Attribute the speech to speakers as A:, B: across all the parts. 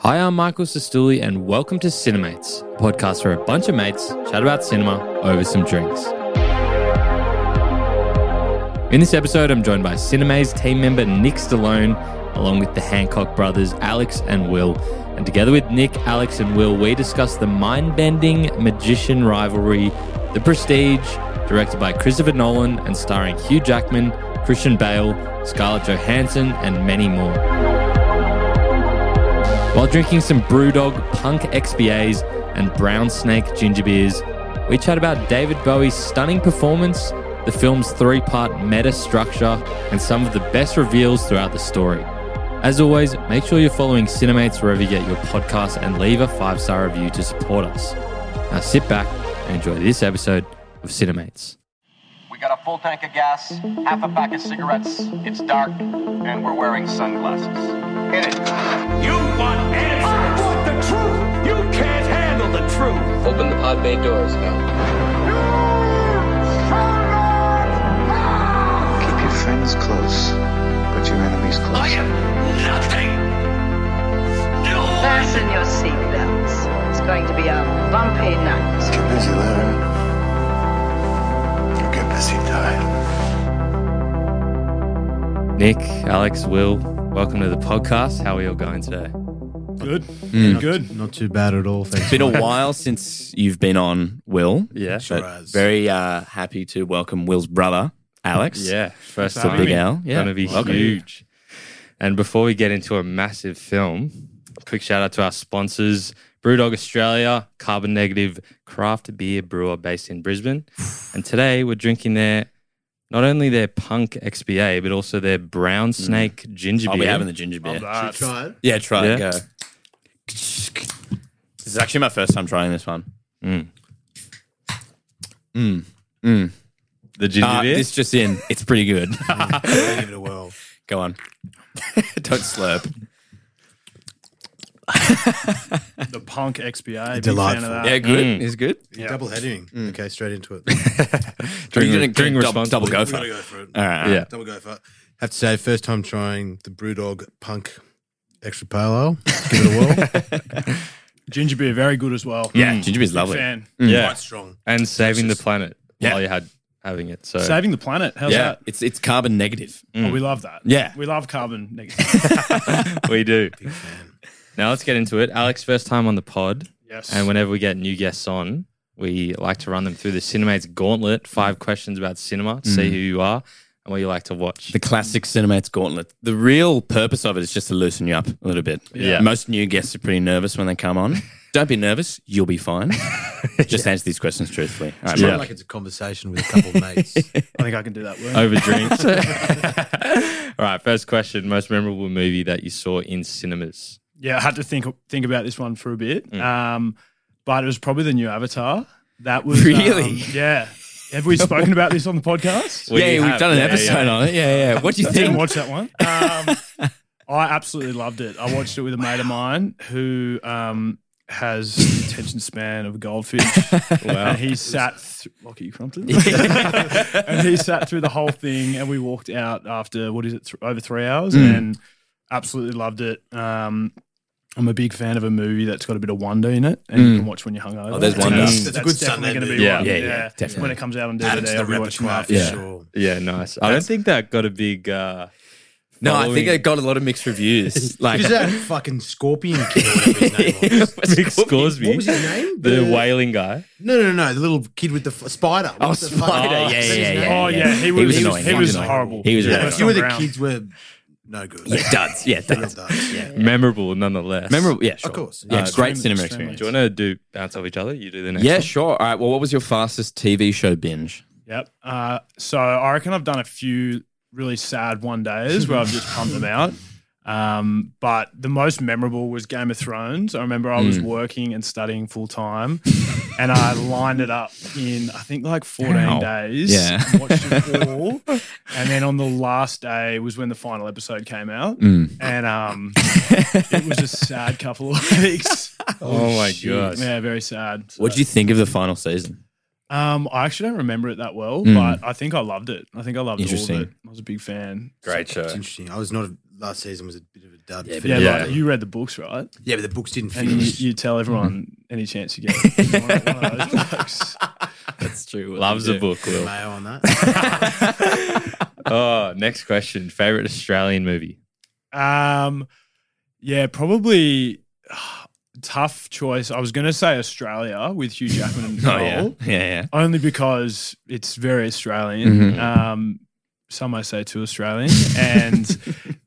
A: Hi, I'm Michael Sestouli, and welcome to Cinemates, a podcast where a bunch of mates chat about cinema over some drinks. In this episode, I'm joined by Cinemates team member Nick Stallone, along with the Hancock brothers Alex and Will. And together with Nick, Alex, and Will, we discuss the mind bending magician rivalry, The Prestige, directed by Christopher Nolan and starring Hugh Jackman, Christian Bale, Scarlett Johansson, and many more. While drinking some Brewdog Punk XBAs and Brown Snake ginger beers, we chat about David Bowie's stunning performance, the film's three part meta structure, and some of the best reveals throughout the story. As always, make sure you're following Cinemates wherever you get your podcasts and leave a five star review to support us. Now sit back and enjoy this episode of Cinemates.
B: We got a full tank of gas, half a pack of cigarettes, it's dark, and we're wearing sunglasses. Hit it.
C: You want answers. I want the truth. You can't handle the truth.
D: Open the pod bay doors now.
E: Keep your friends close, but your enemies close.
C: I am nothing. No.
F: Fasten your seatbelts. It's going to be a bumpy night.
E: Get busy learning. You get busy dying.
A: Nick, Alex, Will, welcome to the podcast. How are you all going today?
G: Good. Good.
H: Not too bad at all. Thanks.
I: It's been a while since you've been on, Will.
A: Yeah.
I: But
G: has.
I: very uh, happy to welcome Will's brother, Alex.
A: Yeah, first
I: To
A: time.
I: Big Al. Yeah.
A: going to be
I: Welcome.
A: huge. And before we get into a massive film, quick shout out to our sponsors Brewdog Australia, carbon negative craft beer brewer based in Brisbane. and today we're drinking their not only their punk XBA, but also their brown
I: Mm.
A: snake ginger
I: I'll
A: beer.
I: be having the ginger beer.
G: Should we try it?
I: Yeah, try it.
A: Yeah.
I: Go. This is actually my first time trying this one.
A: Mm. The ginger
I: Uh,
A: beer.
I: this just in. It's pretty good.
G: Give it a whirl.
I: go on. Don't slurp.
G: The punk XBA. big
H: Delightful.
G: Fan of
I: Yeah,
G: that.
I: good. It's good.
H: Double heading. Okay, straight into it.
I: Are you
A: Drink-
I: gonna
A: drink
I: go double, double
A: responsibly.
I: go
G: We
I: for
G: gotta
I: it?
G: go for it.
I: All right.
A: yeah.
H: Double go for it. Have to say, first time trying the Brewdog Punk Extra Pale Ale. Give it a whirl.
G: Ginger beer, very good as well. Mm.
I: Yeah, ginger beer's lovely. Mm.
G: Fan.
A: Yeah.
H: Quite strong.
A: And saving the planet
I: Yeah.
A: while you had having it. So
G: Saving the planet. How's
I: Yeah,
G: that?
I: it's it's carbon negative. Mm.
G: Oh, we love that.
I: Yeah.
G: We love carbon. neg-
A: we do. Now let's get into it. Alex, first time on the pod.
G: yes.
A: And whenever we get new guests on, we like to run them through the Cinemates Gauntlet five questions about cinema to
I: Mm.
A: see who you are and what you like to watch.
I: The classic Cinemates Gauntlet. The real purpose of it is just to loosen you up a little bit.
A: Yeah.
I: Most new guests are pretty nervous when they come on. Don't be nervous. You'll be fine. just answer these questions truthfully. All right,
H: Try it
I: Mike.
H: like it's a conversation with a couple of mates.
G: I think I can do that word.
A: Over drinks. All right, first question most memorable movie that you saw in cinemas?
G: Yeah, I had to think think about this one for a bit.
I: Mm.
G: Um, but it was probably the new Avatar. That was
I: Really?
G: um, yeah. Have we spoken about this on the podcast?
A: We
I: yeah,
A: have-
I: we've done an
A: yeah,
I: episode on it. Yeah, yeah. What do you
G: Didn't
I: think?
G: watch that one. Um, I absolutely loved it. I watched it with a mate of mine who um, has the attention span of a goldfish. And he sat, th- Lockie Crumpton, and he sat through the whole thing. And we walked out after what is it, th- over three hours, and absolutely loved it. Um, I'm a big fan of a movie that's got a bit of wonder in it, and you can watch when you're hungover.
I: Oh, there's
G: And
I: wonder.
G: That's,
H: It's a
G: that's
H: good
G: definitely
H: Sunday
G: going to be
H: movie.
A: Yeah.
G: one.
I: Yeah, yeah, definitely.
G: When it comes out on
H: Add it to
G: DVD,
H: the
G: I'll be watching
H: repertoire
G: that.
H: for
A: Yeah.
H: sure.
A: Yeah, nice. I don't think that got a big. Uh,
I: No, I think
A: following.
I: it got a lot of mixed reviews. Like,
H: Who's that fucking scorpion kid? or whatever his name was?
A: Big Scoresby.
H: What was his name?
A: The, whaling guy.
H: No, no, no. The little kid with the f- spider.
I: Oh,
H: What's the fucking-
I: Spider. Yeah,
H: What's his
I: yeah,
H: name?
I: yeah.
G: Oh yeah, he was,
I: was
G: he was,
I: annoying.
G: he was
I: Fucking
G: horrible.
I: annoying. He was
G: Yeah.
I: really
H: Yeah, a
I: First
H: few of the
G: round.
H: kids were no good.
I: yeah, it does. Yeah, it does.
H: Yeah.
A: Memorable nonetheless.
I: Memorable. Yeah, sure.
H: Of course.
I: Yeah,
H: Uh,
I: great
G: extremely-
I: cinema
G: extremely.
I: experience.
A: Do you want to do bounce off each other? You do the next
I: Yeah,
A: one.
I: sure. All right. Well, what was your fastest TV show binge?
G: Yep. Uh, so I reckon I've done a few really sad one days where I've just pumped them out. Um, but the most memorable was Game of Thrones. I remember I
I: Hmm.
G: was working and studying full time, and I lined it up in I think like fourteen
I: Ow.
G: days.
I: Yeah.
G: watched it all, and then on the last day was when the final episode came out,
I: Hmm.
G: and um, it was a sad couple of weeks.
A: Oh, my gosh.
G: Yeah, very sad. So-
I: What did you think of the final season?
G: um, I actually don't remember it that well, but I think I loved it. I think I loved all of
I: Hmm. Interesting.
G: it. I was a big fan.
A: Great show.
H: It's interesting. I was not a last season was a bit of a dud.
I: Yeah,
H: for
G: Yeah,
H: me.
G: like you read the books, right?
H: yeah, but the books didn't
G: And you,
H: finish.
G: you tell everyone
I: Hmm.
G: any chance you get. one of- one of those blokes.
A: That's true.
I: Loves a book, Will.
H: Mayo on that.
A: oh, next question. Favorite Australian movie?
G: Um, yeah, probably tough choice. I was going to say Australia with Hugh Jackman and Nicole,
I: Oh, yeah. Yeah,
G: only because it's very Australian.
I: Mhm.
G: Um, some I say too Australian, and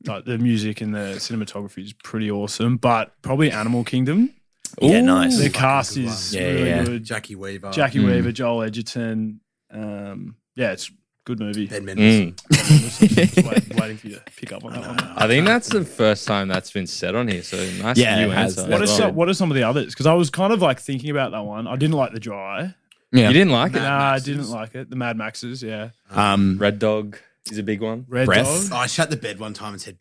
G: like the music and the cinematography is pretty awesome. But probably Animal Kingdom.
I: yeah. Yeah,
A: Ooh.
I: nice.
G: The
H: Fucking
G: cast
H: good one.
G: is
I: Yeah,
G: really
I: yeah.
G: good.
H: Jackie Weaver,
G: Jackie
A: Mm.
G: Weaver, Joel Edgerton. Um, yeah, it's a good movie.
H: Ben Mendelsohn.
A: Mm.
G: Just wait- waiting for you to pick up on that one.
A: I think that's the first time that's been said on here. So nice
I: Yeah,
A: you
I: it has.
A: answer.
I: What
G: What are
I: is
A: as
I: well.
G: some, what are some of the others? Because I was kind of like thinking about that one. I didn't like the dry.
I: Yeah.
A: You didn't like
G: Nah,
A: it?
G: I
H: Maxes.
G: didn't like it. The Mad Maxes, yeah.
I: Um,
A: Red Dog is a big one.
G: Red
I: Breath?
H: Oh,
G: Dog.
H: I shut the bed one time and said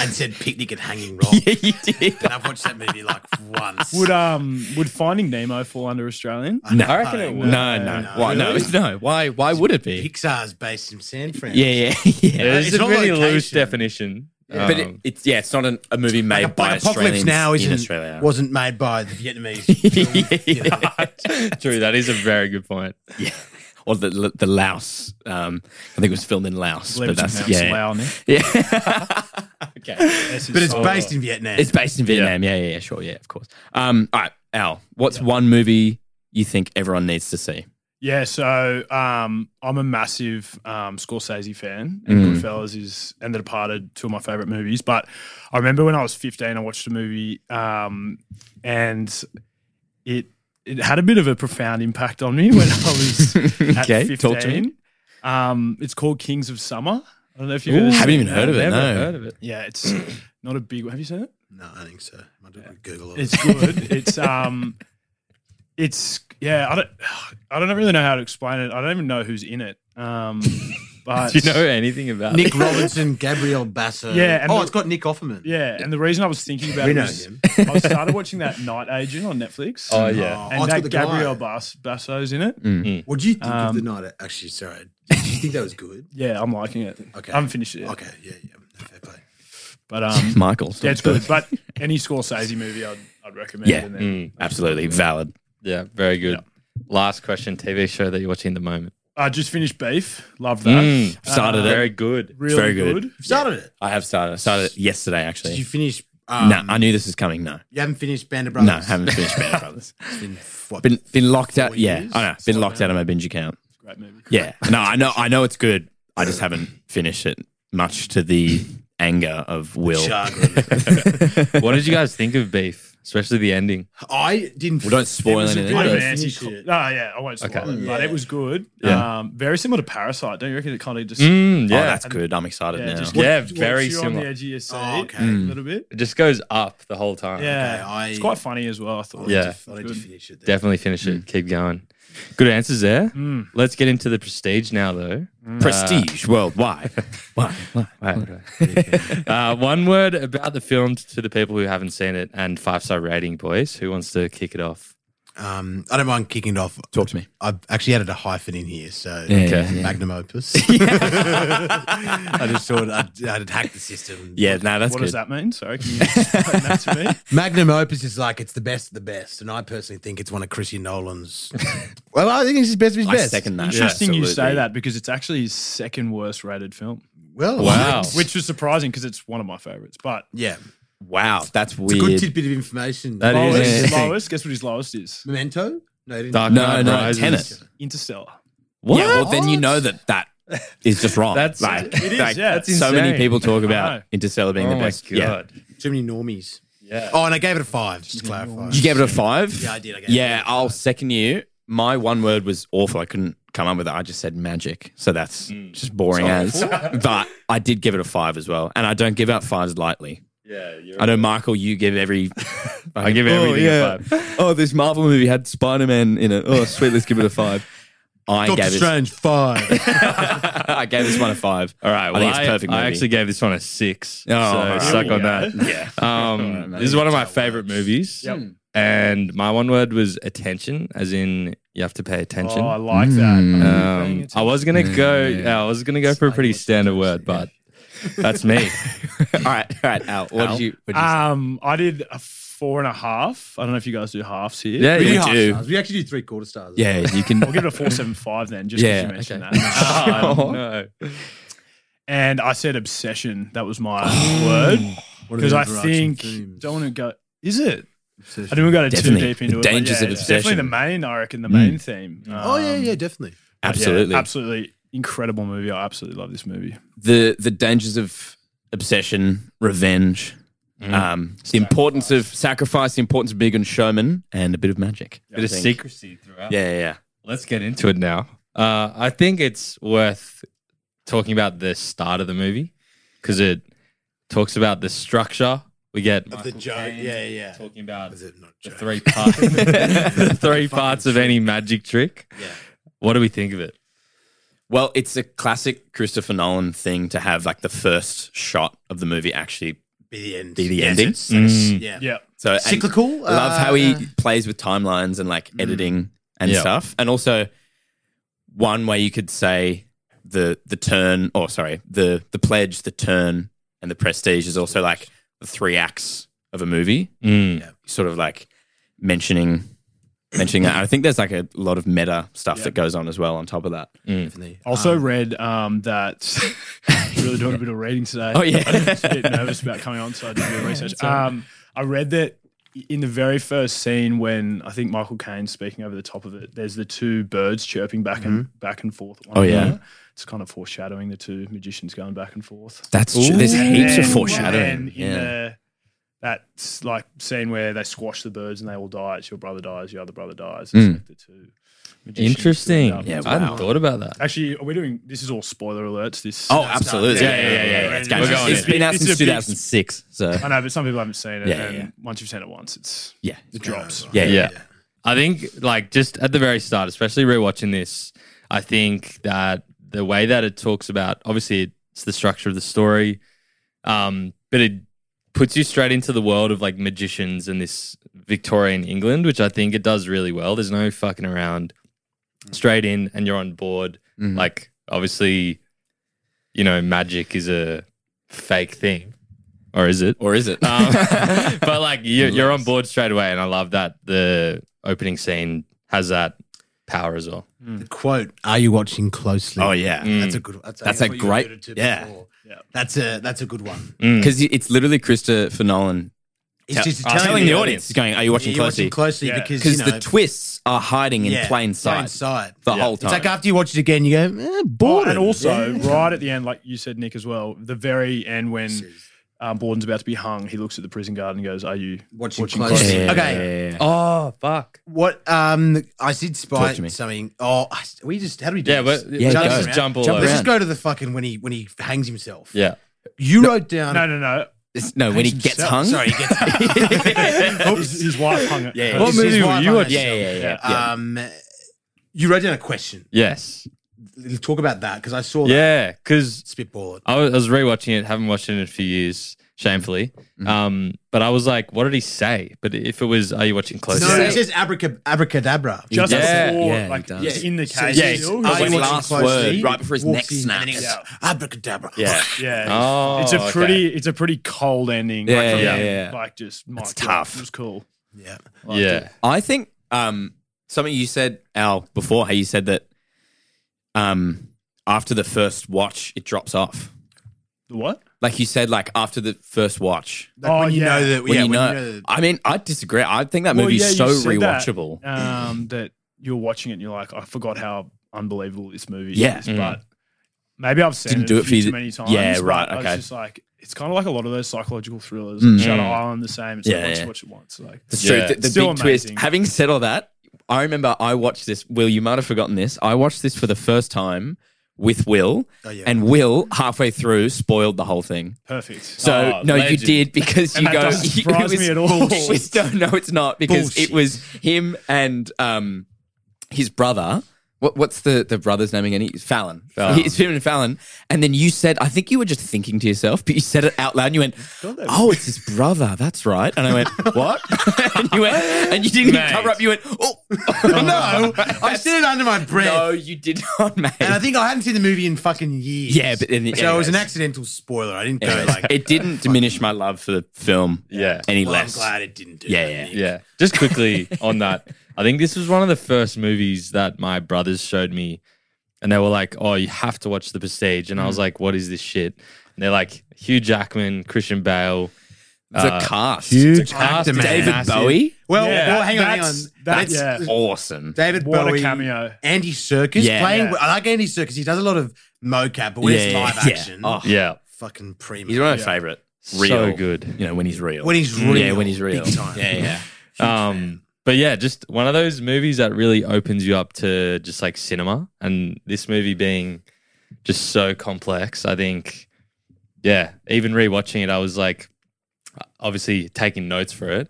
H: and said picnic and hanging rock.
I: you did.
H: And I've watched that movie like once.
G: Would um would Finding Nemo fall under Australian?
H: I, know.
A: I reckon it
H: know.
A: would.
I: No, no.
H: No,
I: Why? No,
H: really?
I: it's- no. Why? Why would it be?
H: Pixar's based in San Fran.
I: Yeah, yeah, yeah.
A: It is
H: it's
A: a
H: not
A: really loose
H: location.
A: definition.
I: but it,
A: Um,
I: it's yeah, it's not an, a movie made
H: Like,
I: by
H: like Apocalypse
I: Australians
H: Now
I: in
H: isn't
I: Australia.
H: wasn't made by the Vietnamese. film, you know.
A: True, that is a very good point.
I: yeah. Or the the Laos. Um, I think it was filmed in Laos,
G: Believe
I: but
G: it's
I: that's
G: pronounced
I: yeah,
G: Lao, Nick.
I: yeah.
A: Okay.
H: But it's based in Vietnam.
I: it's based in Vietnam. Yeah. yeah, yeah, sure, yeah, of course. Um, all right, Al, what's one movie you think everyone needs to see?
G: Yeah, so um I'm a massive um Scorsese fan and
I: Mm.
G: Goodfellas is and The Departed, two of my favorite movies. But I remember when I was 15 I watched a movie um and it it had a bit of a profound impact on me when I was at
I: Okay,
G: 15.
I: talk to me.
G: Um it's called Kings of Summer. I don't know if you've heard of
I: haven't
G: it.
I: even heard of it.
A: Never
I: no,
A: heard of it.
G: Yeah, it's not a big have you seen it?
H: no, I think so. I don't Google it.
G: It's good. it's um, it's yeah. I don't. I don't really know how to explain it. I don't even know who's in it. Um, but
A: Do you know anything about
H: Nick
A: it?
H: Robinson, Gabrielle Basso.
G: Yeah, and
H: oh,
G: the-
H: it's got Nick Offerman.
G: Yeah, and the reason I was thinking about
H: We
G: it
H: know
G: was
H: him.
G: I started watching that Night Agent on Netflix.
A: Oh yeah. Mm.
H: Oh,
G: and
H: it's got
G: that
H: the
G: Gabrielle
H: guy.
G: Bas- Basso's in it.
H: What do you think
G: Um,
H: of the night? Actually, sorry. Did you think that was good?
G: Yeah, I'm liking it.
H: Okay.
G: I haven't finished it yet,
H: Okay, yeah, yeah. No, fair play.
G: but um,
I: Michael.
G: yeah, it's good. But any Scorsese movie, I'd, I'd recommend.
I: Yeah.
G: and then-
A: Mm,
I: Absolutely valid.
A: yeah, very good. Last question: TV show that you're watching at the moment?
G: I Uh, just finished Beef. Love that.
I: Mm, started it.
A: Very good.
G: Really
I: very good.
G: good.
H: You've started it.
I: I have started. I started yesterday, actually.
H: Did you finish? Um,
I: no, I knew this was coming. No,
H: You haven't finished Band of Brothers.
I: no, I haven't finished Band of Brothers.
H: It's been, what,
I: Been been locked out.
H: Four
I: Yeah,
H: years?
I: I know. Been
H: Slow
I: locked out
H: down.
I: of my binge account.
G: Great movie.
I: Yeah, no, I know. I know it's good. I just haven't finished it, much to the anger of Will.
H: Chagrin.
A: what did you guys think of Beef, especially the ending?
H: I didn't.
I: Well, don't spoil
H: it was a
I: anything.
H: bit
G: I
H: of
G: don't
H: a
I: Yeah.
G: fancy
H: finish
G: co-
H: it.
G: No, Oh, yeah, I won't spoil
A: Okay.
G: it, but
H: Yeah.
G: it was good.
A: Yeah.
G: Um, very similar to Parasite. Don't you reckon it kind of just
A: Mm,
I: Yeah,
A: yeah,
I: Oh, that's good. I'm excited now.
G: just
A: Yeah.
G: walks
A: very
G: you on
A: similar. Mm.
G: the edge of your seat
H: Oh, okay.
G: a little bit.
A: it just goes up the whole time.
G: Yeah,
H: Okay, I-
G: it's quite funny as well. I thought.
A: Yeah.
H: I wanted to finish it. Then.
A: Definitely finish it. Keep going. Good answers there.
I: Hmm.
G: Mm.
A: Let's get into the prestige now, though.
I: Prestige worldwide. Why? Why?
A: uh, one word about the film to the people who haven't seen it and five star rating, boys. Who wants to kick it off?
H: Um, I don't mind kicking it off.
I: Talk to me.
H: I've actually added a hyphen in here, so
I: Yeah,
A: Okay.
I: yeah, yeah.
H: magnum opus. I just thought I'd, I'd hack the system.
I: Yeah, no, that's
G: what
I: good.
G: does that mean? Sorry, can you explain that to me?
H: Magnum opus is like it's the best of the best, and I personally think it's one of Christian Nolan's. well, I think it's his best of his
I: I
H: best.
I: second that.
G: Interesting you
I: Absolutely.
G: say that because it's actually his second worst rated film,
H: Well,
A: Wow.
G: which was surprising because it's one of my favorites. But
H: yeah,
I: Wow, that's
H: it's a
I: weird.
H: good tidbit of information.
A: That is-
G: lowest,
A: yeah.
G: lowest, guess what his lowest is?
H: Memento. No, he didn't.
A: Dark
I: no,
A: Knight
I: no,
A: Rises.
I: Tenet.
G: Interstellar.
I: Yeah, well, then you know that that is just wrong.
A: That's-
I: like,
G: It is,
I: like,
G: yeah. That's
I: so many
A: insane.
I: people talk
G: I
I: about
G: know.
I: Interstellar being
A: Oh
I: the
A: my
I: best. Yeah.
A: god.
H: Too many normies.
A: Yeah.
H: Oh, and I gave it a five. Just to clarify.
I: You gave it a five.
H: Yeah, I did. I gave
I: Yeah,
H: it a
I: I'll second you. My one word was awful. I couldn't come up with it. I just said magic. So that's just boring as. but I did give it a five as well. And I don't give out fives lightly.
A: Yeah.
I: I know, Michael, you give every. I
A: give everything a
I: five. Oh, this Marvel movie had Spider Man in it. Oh, sweet. Let's give it a five. I
H: Doctor
I: gave this,
H: Strange five.
I: I gave this one a five.
A: All right. Well,
I: I think it's a perfect.
A: I
I: movie.
A: actually gave this one a six.
I: Oh,
A: so
I: all right.
A: suck
G: Here we
A: on
G: go.
A: that. Yeah. Um, this is one of my favorite movies.
G: Yep.
A: And my one word was attention, as in you have to pay attention.
G: Oh, I like that.
I: Mm.
G: I'm paying
A: Um, I Um, was gonna go.
I: Yeah.
A: I was gonna go for a pretty standard word, but
I: That's me. all right, all right, Al. What
A: Al?
I: did you? What did you
G: Um, I did a four and a half. I don't know if you guys do halves here.
I: Yeah,
H: We
I: you
H: do half
I: do.
H: stars. We actually do three quarter stars.
I: say? yeah, you can.
G: I'll give it a four seven five then, just because
I: Yeah,
G: you mentioned
I: okay.
G: that. Um,
I: Oh,
G: And I said obsession. That was my
I: Oh.
G: word
H: What are
G: because
H: the
G: I
H: overarching
G: think
H: themes?
G: don't want to go. Is it? I
H: Obsession.
G: didn't want to go too
I: Definitely.
G: deep into
I: The
G: it. but
I: dangers
G: yeah,
I: of
G: it's Definitely the
I: obsession. Hmm.
G: main. I reckon the main theme.
H: Oh yeah,
G: Um,
H: yeah, definitely.
G: but yeah,
I: absolutely.
G: absolutely incredible movie. I absolutely love this movie.
I: the the dangers of obsession, revenge, um, the importance of sacrifice, the importance of being a showman, and a bit of magic.
A: Bit of
I: I think.
A: secrecy throughout.
I: Yeah, yeah, yeah.
A: Let's get into it now. Uh, I think it's worth talking about the start of the movie because it talks about the structure. We get Michael
H: joke,
A: Caine
H: yeah, yeah.
A: talking about
H: Is it not
A: the
H: joke?
A: three parts, the three parts of any magic trick.
H: Yeah.
A: What do we think of it?
I: Well, it's a classic Christopher Nolan thing to have like the first shot of the movie actually
H: Be the end.
I: be the
H: Yes,
I: ending.
H: it's- it's-
A: Mm.
H: Yeah.
G: Yeah,
I: So and
H: Cyclical.
I: I love how he
H: uh,
I: plays with timelines and like editing and
A: Yeah.
I: stuff. And also one way you could say the the turn or sorry, the the pledge, the turn and the prestige is also like the three acts of a movie.
A: Mm.
I: Sort of like mentioning mentioning that. I think there's like a lot of meta stuff that goes on as well on top of that.
H: Definitely.
G: Also read um, that. really doing a bit of reading today.
I: Oh, yeah.
G: I was a bit nervous about coming on, so I did a bit of research. Um, I read that in the very first scene when I think Michael Caine's speaking over the top of it, there's the two birds chirping back and back and forth. at one
I: Oh, yeah.
G: another. It's kind of foreshadowing the two magicians going back and forth.
I: That's true. There's heaps
G: And
I: of
G: then
I: foreshadowing.
G: in
I: Yeah.
G: the- that like scene where they squash the birds and they all die. It's your brother dies, your other brother dies. It's
I: Mm.
G: like the two. magicians
A: Interesting.
G: doing that.
I: Yeah,
A: I hadn't
I: wow.
A: thought about that.
G: Actually, are we doing? This is all spoiler alerts. This
I: Oh, absolutely.
A: Yeah, yeah, yeah, yeah, yeah.
I: It's
A: We're
I: got-
A: going
I: it's
A: in.
I: been out
G: It's a
I: since
G: big-
I: 2006. So
G: I know, but some people haven't seen it.
I: Yeah,
G: and
I: yeah, yeah.
G: once you've seen it once, it's
I: yeah.
G: it drops.
I: Yeah, yeah.
A: Yeah. I think like just at the very start, especially rewatching this, I think that the way that it talks about obviously it's the structure of the story, um, but it puts you straight into the world of like magicians and this Victorian England, which I think it does really well. There's no fucking around, straight in, and you're on board.
I: Mhm.
A: Like obviously, you know, magic is a fake thing, or is it?
I: Or is it?
A: Um, but like you, you're on board straight away, and I love that the opening scene has that power as well. Mm,
H: The quote: "Are you watching closely?"
I: Oh, yeah.
H: that's a good. That's,
I: That's
H: that's
I: a
H: what you
I: great-
H: alluded to
I: yeah.
H: before.
G: Yeah.
H: That's a that's a good one.
I: Because it's literally Christopher Nolan uh,
H: It's just
A: telling
I: telling the audience, going, "Are you watching
H: You're
I: closely?"
H: watching closely
G: Yeah.
H: because
I: Because
H: you know,
I: the twists are hiding in
H: yeah,
I: plain sight.
H: sight.
I: The whole
H: It's
I: time.
H: like after you watch it again, you go eh,
G: Oh,
H: bored.
G: and also, right at the end, like you said, Nick, as well, the very end when um, Borden's about to be hung, he looks at the prison guard and goes, "Are you
H: Watching
G: closely?"
H: closely.
I: Yeah.
H: Okay.
A: Oh fuck!
H: What um I did
I: Talk
H: spy
I: to me.
H: something. Oh, I- we just how do we do
A: Yeah,
H: this?
A: but yeah,
H: Jump
A: let's
H: around.
A: just jump all
I: Jump
A: over.
H: Let's
I: around.
H: just go to the fucking when he when he hangs himself.
A: Yeah,
H: You wrote down.
G: No, no, no.
I: It's- no, when he gets
G: himself.
I: hung.
H: Sorry, he gets-
G: His, his wife hung it.
I: Yeah, yeah.
A: What
H: His-
A: movie
H: his
A: were
H: wife
A: you
H: hung
A: watching?
I: yeah,
H: herself.
I: yeah, yeah. yeah.
H: Um, you wrote down a question.
A: yes,
H: Let's talk about that because I saw that
A: yeah. Because
H: spitball it.
A: I was, I was rewatching it, haven't watched it in a few years, shamefully.
H: Mm-hmm.
A: Um, but I was like, what did he say? But if it was, are you watching closely?
H: No,
A: Yeah.
H: it says abracab- abracadabra.
G: Just
A: Yeah,
G: before,
I: yeah, he
G: like,
I: does.
G: it's in the
H: So
G: case.
I: Yeah, it's-
G: still,
I: I
G: he's
I: went
G: like-
I: last word, right before his
H: walks
I: neck
H: in, and then he
I: snaps.
H: goes, Abracadabra.
I: yeah.
G: Yeah.
A: Oh,
G: it's a
A: okay.
G: pretty, it's a pretty cold ending.
I: Yeah,
G: like,
I: yeah,
G: um,
I: yeah.
G: Like just, my
I: It's
G: God,
I: tough.
G: It was cool.
H: Yeah.
A: yeah.
I: I think um, something you said, Al, before how you said that um, after the first watch, it drops off.
G: The what?
I: Like you said, like after the first watch,
H: Like
G: Oh,
H: when you
G: yeah.
H: know that.
I: when
H: yeah,
I: you
H: when
I: know,
H: you know that-
I: I mean, I disagree. I think that
G: Well,
I: movie's
G: yeah,
I: so
G: you said that,
I: rewatchable.
G: um, that you're watching it and you're like, I forgot how unbelievable this movie
I: Yeah. Mm.
G: is. But maybe I've seen
I: Didn't
G: it,
I: do
G: a
I: it for
G: few
I: you
G: too
I: to-
G: many times.
I: Yeah,
G: but
I: right,
G: I was
I: okay.
G: just like, it's kind of like a lot of those psychological thrillers.
I: Mm.
G: Shutter Island, the same. It's
I: Yeah,
G: like, once
I: yeah.
G: you watch it once. Like,
I: That's
A: Yeah.
I: true. The, the big
G: Still amazing.
I: twist. Having said all that, I remember I watched this. Will, you might have forgotten this. I watched this for the first time with Will,
H: Oh, yeah.
I: and Will halfway through spoiled the whole thing.
G: perfect.
I: So
A: Oh,
I: no,
A: legend.
I: you did because you
G: Ah, And that
I: go.
G: doesn't
I: you-
G: surprise me at all.
I: it was- no, no, it's not because it
H: Bullshit.
I: was him and um, his brother What, what's the, the brother's name again? He's Fallon.
A: Fallon.
I: He's Finn and Fallon. And then you said, I think you were just thinking to yourself, but you said it out loud and you went, Oh, it's his brother. That's right. And I went, What? and you went, and you didn't even
G: Mate.
I: cover up. You went, Oh,
H: No, I said it under my breath.
I: no, you did not, mate.
H: And I think I hadn't seen the movie in fucking years.
I: Yeah, but in the-
H: so it was an
I: anyways.
H: accidental spoiler. I didn't go
I: Anyways,
H: like.
I: it didn't diminish my love for the film
A: Yeah.
I: any
H: well, I'm
I: less.
H: glad it didn't. Do
I: Yeah,
H: that,
I: yeah,
H: Nick.
A: Yeah. Just quickly on that, I think this was one of the first movies that my brothers showed me, and they were like, "Oh, you have to watch The Prestige," and I was like, "What is this shit?" And they're like, "Hugh Jackman, Christian Bale,
I: The
A: Uh,
I: cast.
H: Huge
A: cast,
H: actor, man.
I: David
A: Massive.
I: Bowie.
H: Well,
G: Yeah,
H: well, hang on, hang on.
G: that's- that-
H: That's-
G: yeah.
I: Awesome.
H: David
G: What a
H: Bowie,
G: cameo.
H: Andy Circus
I: Yeah.
H: playing.
G: Yeah.
H: I like Andy Circus. He does a lot of mocap, but when it's
I: Yeah,
H: live
I: yeah.
H: action,
I: Oh.
A: yeah,
H: fucking primo.
I: He's one of my favorite. Real.
A: so good."
I: You know, when he's real.
H: When he's
I: Mm.
H: real,
I: Yeah, when he's real.
H: big time.
I: Yeah, yeah.
A: Um, but yeah, just one of those movies that really opens you up to just like cinema, and this movie being just so complex, I think. Yeah, even rewatching it, I was like, obviously taking notes for it,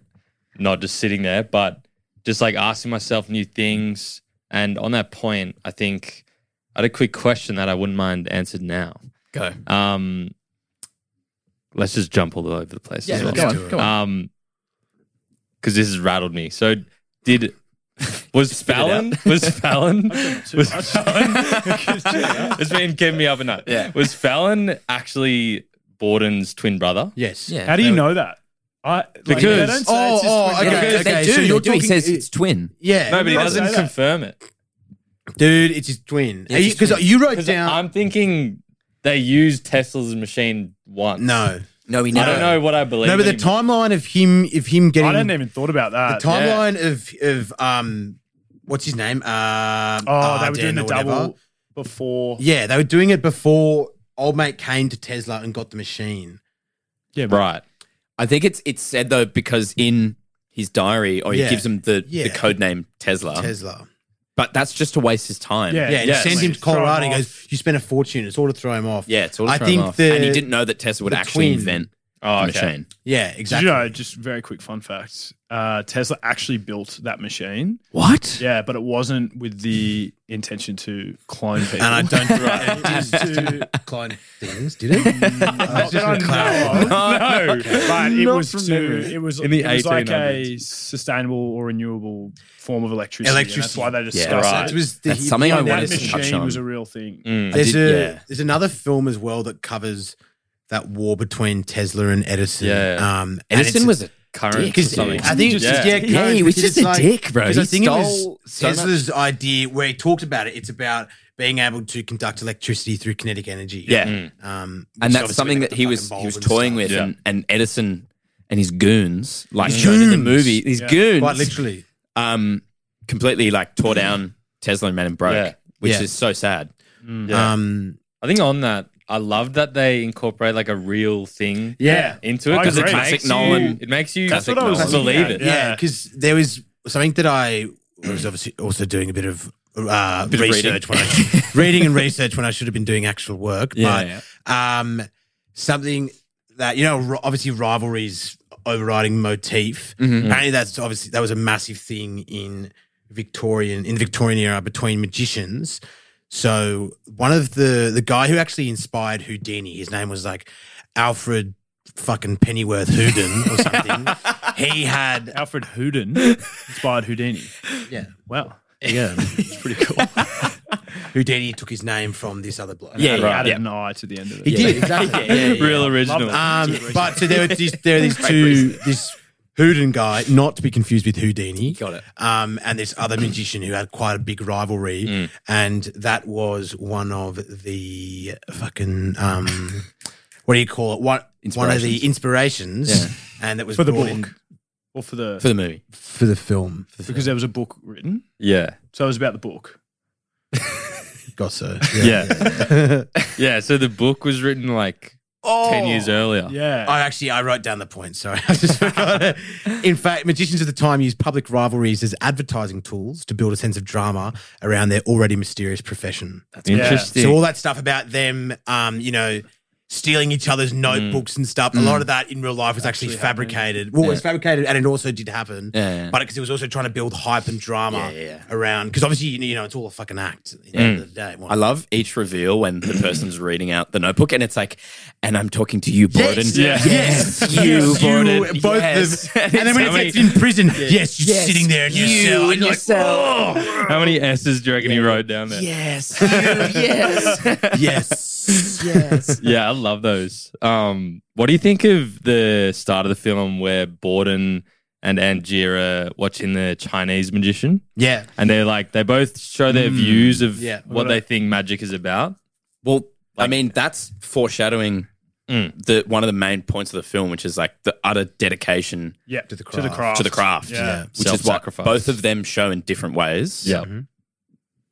A: not just sitting there, but just like asking myself new things. And on that point, I think I had a quick question that I wouldn't mind answered now.
I: Go.
A: Um, let's just jump all over the place. as well
I: go on, go on.
A: um because this has rattled me so did was
I: it
A: Fallon was Fallon was Fallon it's been keeping me up at night
I: Yeah.
A: was Fallon actually Borden's twin brother
H: Yes.
I: Yeah.
G: How do you know that? I like, they
A: Because-
G: don't say it's
H: Oh,
G: his
H: oh,
G: twin
H: okay,
G: brother.
I: Because
H: okay,
I: they do.
H: so
I: they
H: you're
I: do. he
H: talking-
I: says it's twin.
H: Yeah.
A: no but he
G: Brother.
A: doesn't
G: Say that.
A: confirm it
H: Dude, it's his twin.
I: It's his
H: Because
I: twin.
H: you, wrote
A: 'Cause
H: down.
A: I'm thinking they used Tesla's machine once
H: no.
I: No, he
A: I don't know what I believe
H: No, but the
A: anymore.
H: timeline of him, if him getting.
G: I hadn't even thought about
H: the
G: that.
H: timeline of, of, um, what's his name? Uh,
G: oh,
I: Ah,
G: they were doing the double before.
H: Yeah, they were doing it before old mate came to Tesla and got the machine.
A: yeah right
I: I think it's it's said though because in his diary, or he
H: Yeah.
I: gives him the, the
H: Yeah.
I: code name Tesla.
H: Tesla.
I: but that's just to waste his time.
G: Um, Yeah.
H: Yeah, and
A: Yes.
H: he sends him to
G: Throw him
H: Colorado. He
G: off.
H: goes, "You spent a fortune. It's all to throw him off."
I: yeah. It's all to
H: I
I: throw him
H: think
I: off.
H: the-
I: and he didn't know that Tesla would
H: the
I: actually
H: twin-
I: invent
A: oh
I: the
A: okay
I: machine.
H: yeah,
G: Did
H: exactly.
G: you know, just very quick fun fact uh, Tesla actually built that machine.
I: What?
G: Yeah, but it wasn't with the intention to clone people.
H: and I don't
G: Right, Mm, it is to-
H: decline things, did it?
G: Not that I
H: to
G: know of. no, but it
A: Not
G: was
A: from
G: to
A: memory.
G: it was
A: In the
G: it was like a
A: 1800s.
G: sustainable or renewable form of electricity. and that's
H: Electricity.
G: why they
I: Yeah,
G: discussed
A: right.
G: it.
H: It was the,
I: That's something I
H: that
I: wanted
G: that
I: to
H: machine-
I: touch
G: machine
I: on.
G: was a real thing.
A: Mm.
H: There's
I: did-
H: a
I: yeah.
H: there's another film as well that covers that war between Tesla and Edison.
A: Yeah.
H: um, and
I: Edison
H: it's-
I: was a current
H: Yeah,
I: or
H: 'cause
I: something.
H: I think it was just, yeah,
I: Yeah, he was just a dick, bro.
H: Because
I: He
H: I think it was
I: stole so much.
H: Tesla's idea where he talked about it. It's about being able to conduct electricity through kinetic energy.
I: Yeah.
H: um,
I: and
H: which
I: that's
H: obviously
I: something
H: they
I: that
H: got
I: he
H: the
I: was
H: fucking
I: he was
H: bulb and
I: toying
H: stuff.
I: with,
A: Yeah.
I: and, and Edison and his goons, like shown in the
H: goons.
I: movie, these
G: Yeah.
I: goons,
H: quite literally.
I: um, completely like tore down Tesla and Man and Broke,
A: Yeah.
I: which
H: Yeah.
I: is so sad.
G: Mm.
A: Yeah.
H: Um,
A: I think on that I love that they incorporate like a real thing
H: yeah,
A: into it
G: I
A: because it
G: agree.
A: makes
I: Classic
A: you,
I: Nolan.
A: It makes you
I: That's what I was
A: believe it.
G: thinking. Yeah.
H: yeah, because there was something that I was obviously also doing a bit of uh,
I: Bit of
H: research when I reading and research when I should have been doing actual work.
I: Yeah,
H: but um, something that you know, ri- obviously rivalries overriding motif. Apparently, that's obviously that was a massive thing in Victorian in the Victorian era between magicians. So one of the the guy who actually inspired Houdini, his name was like Alfred fucking Pennyworth Houdin or something. he had
G: Alfred Houdin inspired Houdini.
H: yeah.
G: Wow.
H: Yeah, it's pretty cool. Houdini took his name from this other bloke.
I: Yeah,
G: Added-
I: right.
G: added
I: Yeah.
G: an I to the end of it.
H: he did exactly.
A: Real original.
H: Um, but so there were these, there are these two, this Houdin guy, not to be confused with Houdini,
I: Got it.
H: um, and this other magician who had quite a big rivalry, and that was one of the fucking um, what do you call it? One one of the inspirations,
I: Yeah.
H: and that was
G: For the
H: brought
G: book.
H: in
G: Or for the,
I: for the movie.
H: for the film.
G: because there was a book written.
A: Yeah.
G: So it was about the book.
H: Got so
A: Yeah. yeah. So the book was written like 10 years earlier.
G: Yeah.
H: I actually I wrote down the point. Sorry, I just forgot it. In fact, magicians of the time used public rivalries as advertising tools to build a sense of drama around their already mysterious profession.
A: Interesting.
H: So all that stuff about them, um, you know, stealing each
I: Mm.
H: other's notebooks and stuff. A lot of that in real life was actually, fabricated. Well, it was fabricated, and it also did happen.
I: Yeah, yeah.
H: But because it was also trying to build hype and drama
I: Yeah, yeah,
H: around, because obviously you know it's all a fucking act. At the end of the day,
I: I love each reveal when the person's reading out the notebook and it's like, and I'm talking to you, Borden.
G: Yeah.
I: Yes, you, Borden.
H: You, both
I: yes.
H: of them. And then when
I: How
H: it
I: many-
H: gets in prison, yes, you're
I: Yes,
H: sitting there in your
I: you in
H: cell. and you're
I: your
H: like,
I: cell.
H: "Oh."
A: How many S's do you reckon he wrote down there?
I: yes, you, yes,
H: yes.
I: yes.
A: yeah, I love those. Um, what do you think of the start of the film where Borden and Angira watching the Chinese magician?
H: Yeah.
A: And they're like, they both show their views of
H: yeah.
A: what they think magic is about.
I: Well, I mean, that's foreshadowing the one of the main points of the film, which is like the utter dedication
G: Yeah.
H: To the
G: To the
H: craft.
G: craft.
I: to the craft,
G: Yeah.
I: which is what
A: Self-sacrifice.
I: both of them show in different ways.
A: Mhm.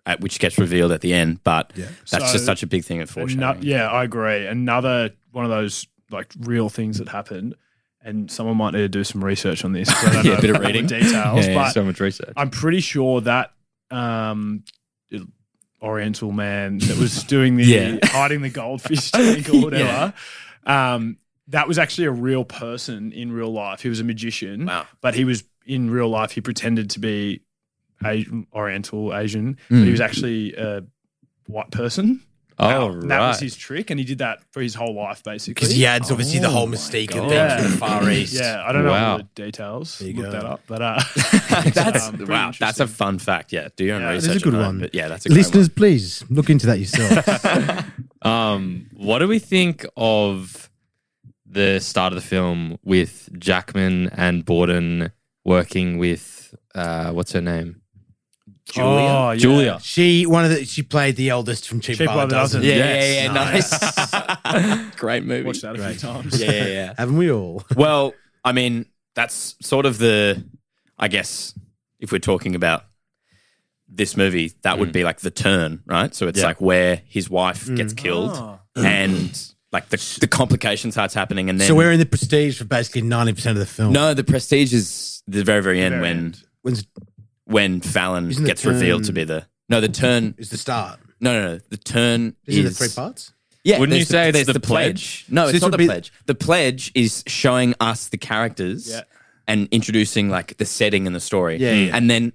I: at- which gets revealed at the end. But that's
G: So-
I: just such a big thing at
G: Ano-
I: foreshadowing.
G: yeah, I agree. Another one of those like real things that happened, and someone might need to do some research on this. 'cause I don't
I: Yeah, a
G: know
I: bit of
G: all the
I: reading.
G: details,
I: Yeah, yeah,
G: but
A: so much research.
G: I'm pretty sure that um, Oriental man that was doing the
I: Yeah.
G: hiding the goldfish tank or whatever. Um, that was actually a real person in real life. He was a magician,
I: Wow.
G: but he was in real life. He pretended to be Asian, Oriental Asian, but he was actually a white person.
A: oh,
G: And
A: right.
G: That was his trick, and he did that for his whole life, basically.
H: Because he adds obviously the whole mystique and thing to the Far East.
G: Yeah, I don't know
A: Wow.
G: all the details.
H: you
G: Look
H: go.
G: that up. But uh,
I: that's
G: um, pretty
I: wow. That's a
G: interesting.
I: fun fact. Yeah, do your own
G: Yeah, it is
I: research.
G: a
I: on
H: good
I: that,
H: one.
I: But yeah, that's a great
H: Listeners, please look into that yourself.
A: Um, what do we think of the start of the film with Jackman and Borden working with uh, what's her name?
G: Julia. Oh, yeah.
A: Julia.
H: she one of the she played the eldest from Cheap,
G: Cheap
H: Brother
G: Brother
H: Dozen.
I: one.
G: Dozen.
I: Yeah,
A: Yes.
I: yeah, yeah, nice. great movie.
G: Watched that a few times.
I: Yeah, yeah, yeah.
H: Haven't we all?
I: well, I mean, that's sort of the, I guess, if we're talking about this movie, that
G: Mm.
I: would be like the turn, right? So it's like where his wife gets killed
G: Ah.
I: and like the, the complications starts happening. And then,
H: so we're in the prestige for basically ninety percent of the film.
I: no, the prestige is the very, very end
G: very
I: when
G: end.
H: When's
I: when Fallon
H: Isn't the
I: gets revealed to
H: turn-
I: be the. No, the turn.
H: is the start?
I: No, no, no. The turn
H: Isn't
I: is
H: it three parts?
I: Yeah,
A: Wouldn't
I: there's
A: you say it's
I: there's
A: the pledge?
I: No,
H: So
I: it's
H: this
I: not
H: would
I: the
H: be-
I: pledge. The pledge is showing us the characters
G: Yeah.
I: and introducing like the setting and the story.
H: Yeah, yeah.
I: and then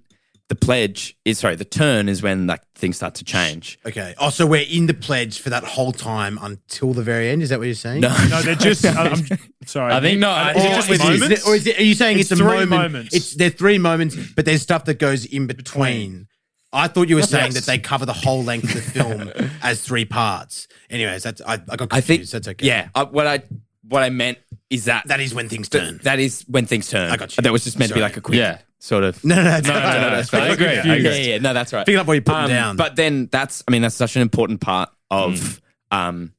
I: the pledge is sorry. The turn is when like things start to change.
H: Okay. Oh, so we're in the pledge for that whole time until the very end. Is that what you're saying?
I: No,
G: No, they're just. I'm, I'm sorry.
A: I think no, I-
G: Uh,
A: Is
G: Is
A: it
G: it
A: just
H: Or
G: just
H: is it-
G: moments?
H: or is it, are you saying it's,
G: It's
H: a
G: three
H: moment?
G: moments.
H: It's there's three moments, but there's stuff that goes in between. I thought you were saying that they cover the whole length of the film as three parts. Anyways, that's I, I got confused.
I: I think
H: that's okay.
I: Yeah, I, what I what I meant is that
H: that is when things
I: th-
H: turn.
I: that is when things turn.
H: I got you.
I: That was just meant to be
H: Sorry.
I: like a quick
A: Yeah.
I: sort of.
H: no, no, no, no,
A: no, no,
I: I
A: I
I: agree.
A: agree,
I: I
A: I
I: agree. Yeah,
A: agree.
I: yeah, no, that's right.
H: Pick up what you're putting
I: Um,
H: down.
I: But then that's, I mean, that's such an important part of um,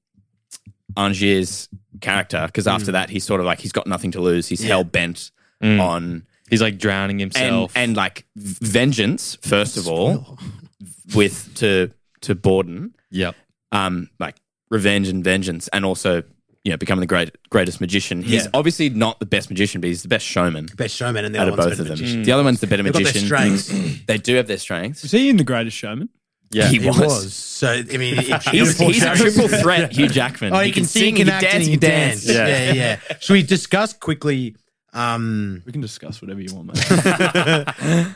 I: Angier's character because after that, he's sort of like, he's got nothing to lose. He's hell bent on,
A: He's like drowning
I: Hmm. and,
A: himself.
I: and like v- vengeance, first of all, with to, to Borden,
A: yep.
I: um, like revenge and vengeance, and also, you know, becoming the great, greatest magician. He's
H: Yeah.
I: obviously not the best magician, but he's the best showman.
H: best showman and the
I: Out
H: other
I: of
H: one's
I: both
H: been
I: of them,
H: magician.
I: the other one's the better
H: They've got their
I: magician.
H: strengths.
I: they do have their strengths.
G: Is he in The Greatest Showman?
A: Yeah.
I: He
H: He
I: was.
H: was. So I mean, it,
I: He's, he's a triple threat, Hugh Jackman.
H: Oh, you can, sing, and act, and you dance.
I: Yeah.
H: Yeah, yeah. yeah. Should we discuss quickly? Um,
G: We can discuss whatever you want, mate.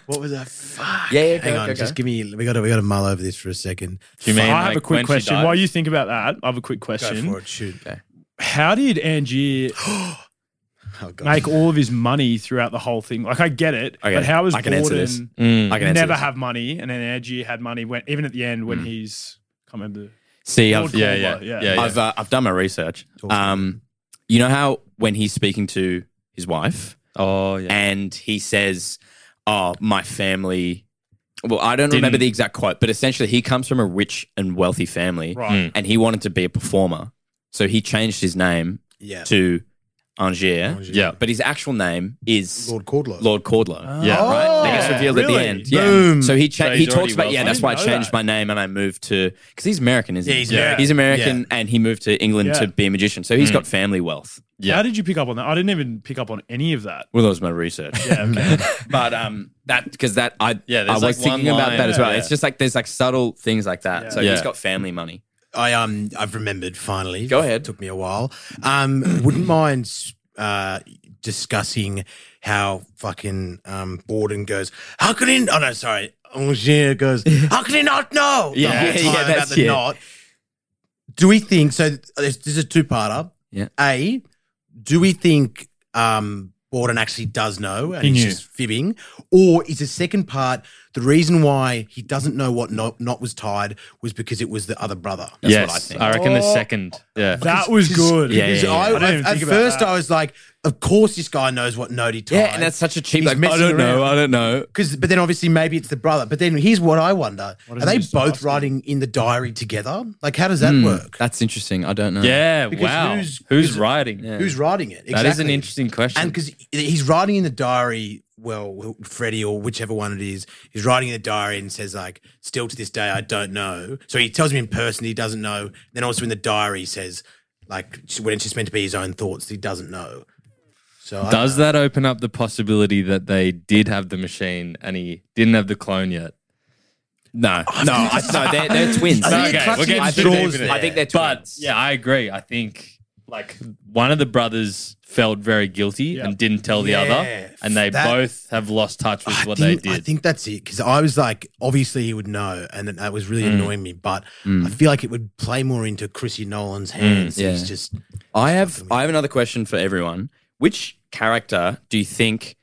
H: what was that? Fuck.
I: Yeah, yeah,
H: Hang
I: go,
H: on,
I: go, go.
H: just give me. We got to we got to mull over this for a second.
A: Do you mean
G: I have
A: like
G: a
A: when
G: quick
A: she
G: question.
A: died?
G: While you think about that, I have a quick
H: Go
G: question.
H: for it. Shoot.
G: How did Angier
H: Oh, God.
G: make all of his money throughout the whole thing? Like, I get it,
I: Okay,
G: but how was
I: I can answer this.
G: Borden
A: Mm.
I: I can answer
G: never
I: this.
G: have money, and then Angier had money when even at the end when he's can't remember.
I: See, I've,
G: Lord
I: yeah,
G: Cornwall,
A: yeah,
G: yeah.
A: yeah, yeah.
I: I've, uh, I've done my research. Um, you know how when he's speaking to his wife
A: oh yeah.
I: and he says, "Oh, my family." Well, I don't remember
A: Didn't-
I: the exact quote, but essentially, he comes from a rich and wealthy family,
A: Mm.
G: Right.
I: and he wanted to be a performer, so he changed his name
H: Yeah.
I: to Angier.
H: Angier.
A: yeah.
I: But his actual name is
H: Lord Cordlow.
I: Lord Cordlow.
A: Yeah.
I: right? That gets
G: Yeah.
I: revealed at
G: Really?
I: the end. Yeah.
H: Oh, Boom.
I: So he cha-
A: So he's
I: he
A: already
I: talks about
A: wealthy.
I: yeah. That's
G: I
I: why I
G: didn't know
I: changed
G: that.
I: my name and I moved to because he's American, isn't
H: Yeah,
I: he?
H: he's
G: American.
I: He's American,
H: Yeah.
I: and he moved to England
G: Yeah.
I: to be a magician. So
A: Hmm.
I: he's got family wealth.
G: How did you pick up on that? I didn't even pick up on any of that.
I: Well, that was my research.
G: Yeah, okay.
I: but um, that because that I
A: Yeah,
I: yeah,
A: there's
I: I was
A: like one
I: thinking about
A: line.
I: that as well.
A: Yeah.
I: It's just like there's like subtle things like that.
G: Yeah.
I: So
A: Yeah.
I: he's got family money.
H: I um I've remembered finally.
I: Go ahead.
H: Took me a while. Um, wouldn't mind uh discussing how fucking um Borden goes. How can he? Oh no, sorry. Angier goes. How can he not know? the
I: Yeah,
H: whole
I: yeah,
H: time
I: yeah,
H: about
I: that's
H: the
I: it.
H: knot. Do we think so? This, this is a two-parter.
A: Yeah.
H: A. Do we think um Borden actually does know and
G: He
H: he's
G: knew.
H: just fibbing, or is the second part the reason why he doesn't know what knot, knot was tied was because it was the other brother?
I: That's
A: yes,
I: what I think.
A: reckon the
G: Oh.
A: second. Yeah.
G: That was good.
A: Yeah,
H: Because
A: yeah, yeah.
H: I,
G: I didn't
H: I-
G: even
H: at
G: think about
H: first,
G: that.
H: I was like, "Of course, this guy knows what note he tied."
I: Yeah, and that's such a cheap.
H: Oh, He's
I: Like, I
H: messing
I: don't know.
H: around.
I: I don't know.
H: because. But then, obviously, maybe it's the brother. But then, here's what I wonder: Are
G: does
H: they
G: he just
H: both
G: ask him?
H: writing in the diary together? Like, how does that work?
I: Hmm. That's interesting. I don't know.
A: Yeah,
H: Because
A: wow.
H: who's-
A: Who's,
H: who's-
A: writing?
H: Who's writing it?
A: That is an
H: Exactly.
A: interesting question.
H: And because he's writing in the diary, well, Freddie or whichever one it is, he's writing in the diary and says like, "Still to this day, I don't know." So he tells me in person he doesn't know. Then also in the diary he says like when it's just meant to be his own thoughts, he doesn't know. So I-
A: Does that open up the possibility that they did have the machine and he didn't have the clone yet?
I: No, no, I, no. They're, they're twins.
H: I think
A: Okay,
H: you're
A: we're
H: clutching
A: getting
H: at
A: too
H: straws
A: deep in it.
H: there.
I: I think they're
A: But
I: twins.
A: yeah, I agree. I think like one of the brothers felt very guilty and didn't tell the
H: Yeah,
A: other, and they
H: that-
A: both have lost touch with
H: I
A: what
H: think,
A: they
H: I
A: did.
H: think that's it because I was like, obviously he would know, and that- that was
A: Mm.
H: really annoying me. But I feel like it would play more into Chrissy Nolan's
A: Mm,
H: hands.
I: Mm. yeah.
H: He's just
I: I have I have another question for everyone. Which character do you think,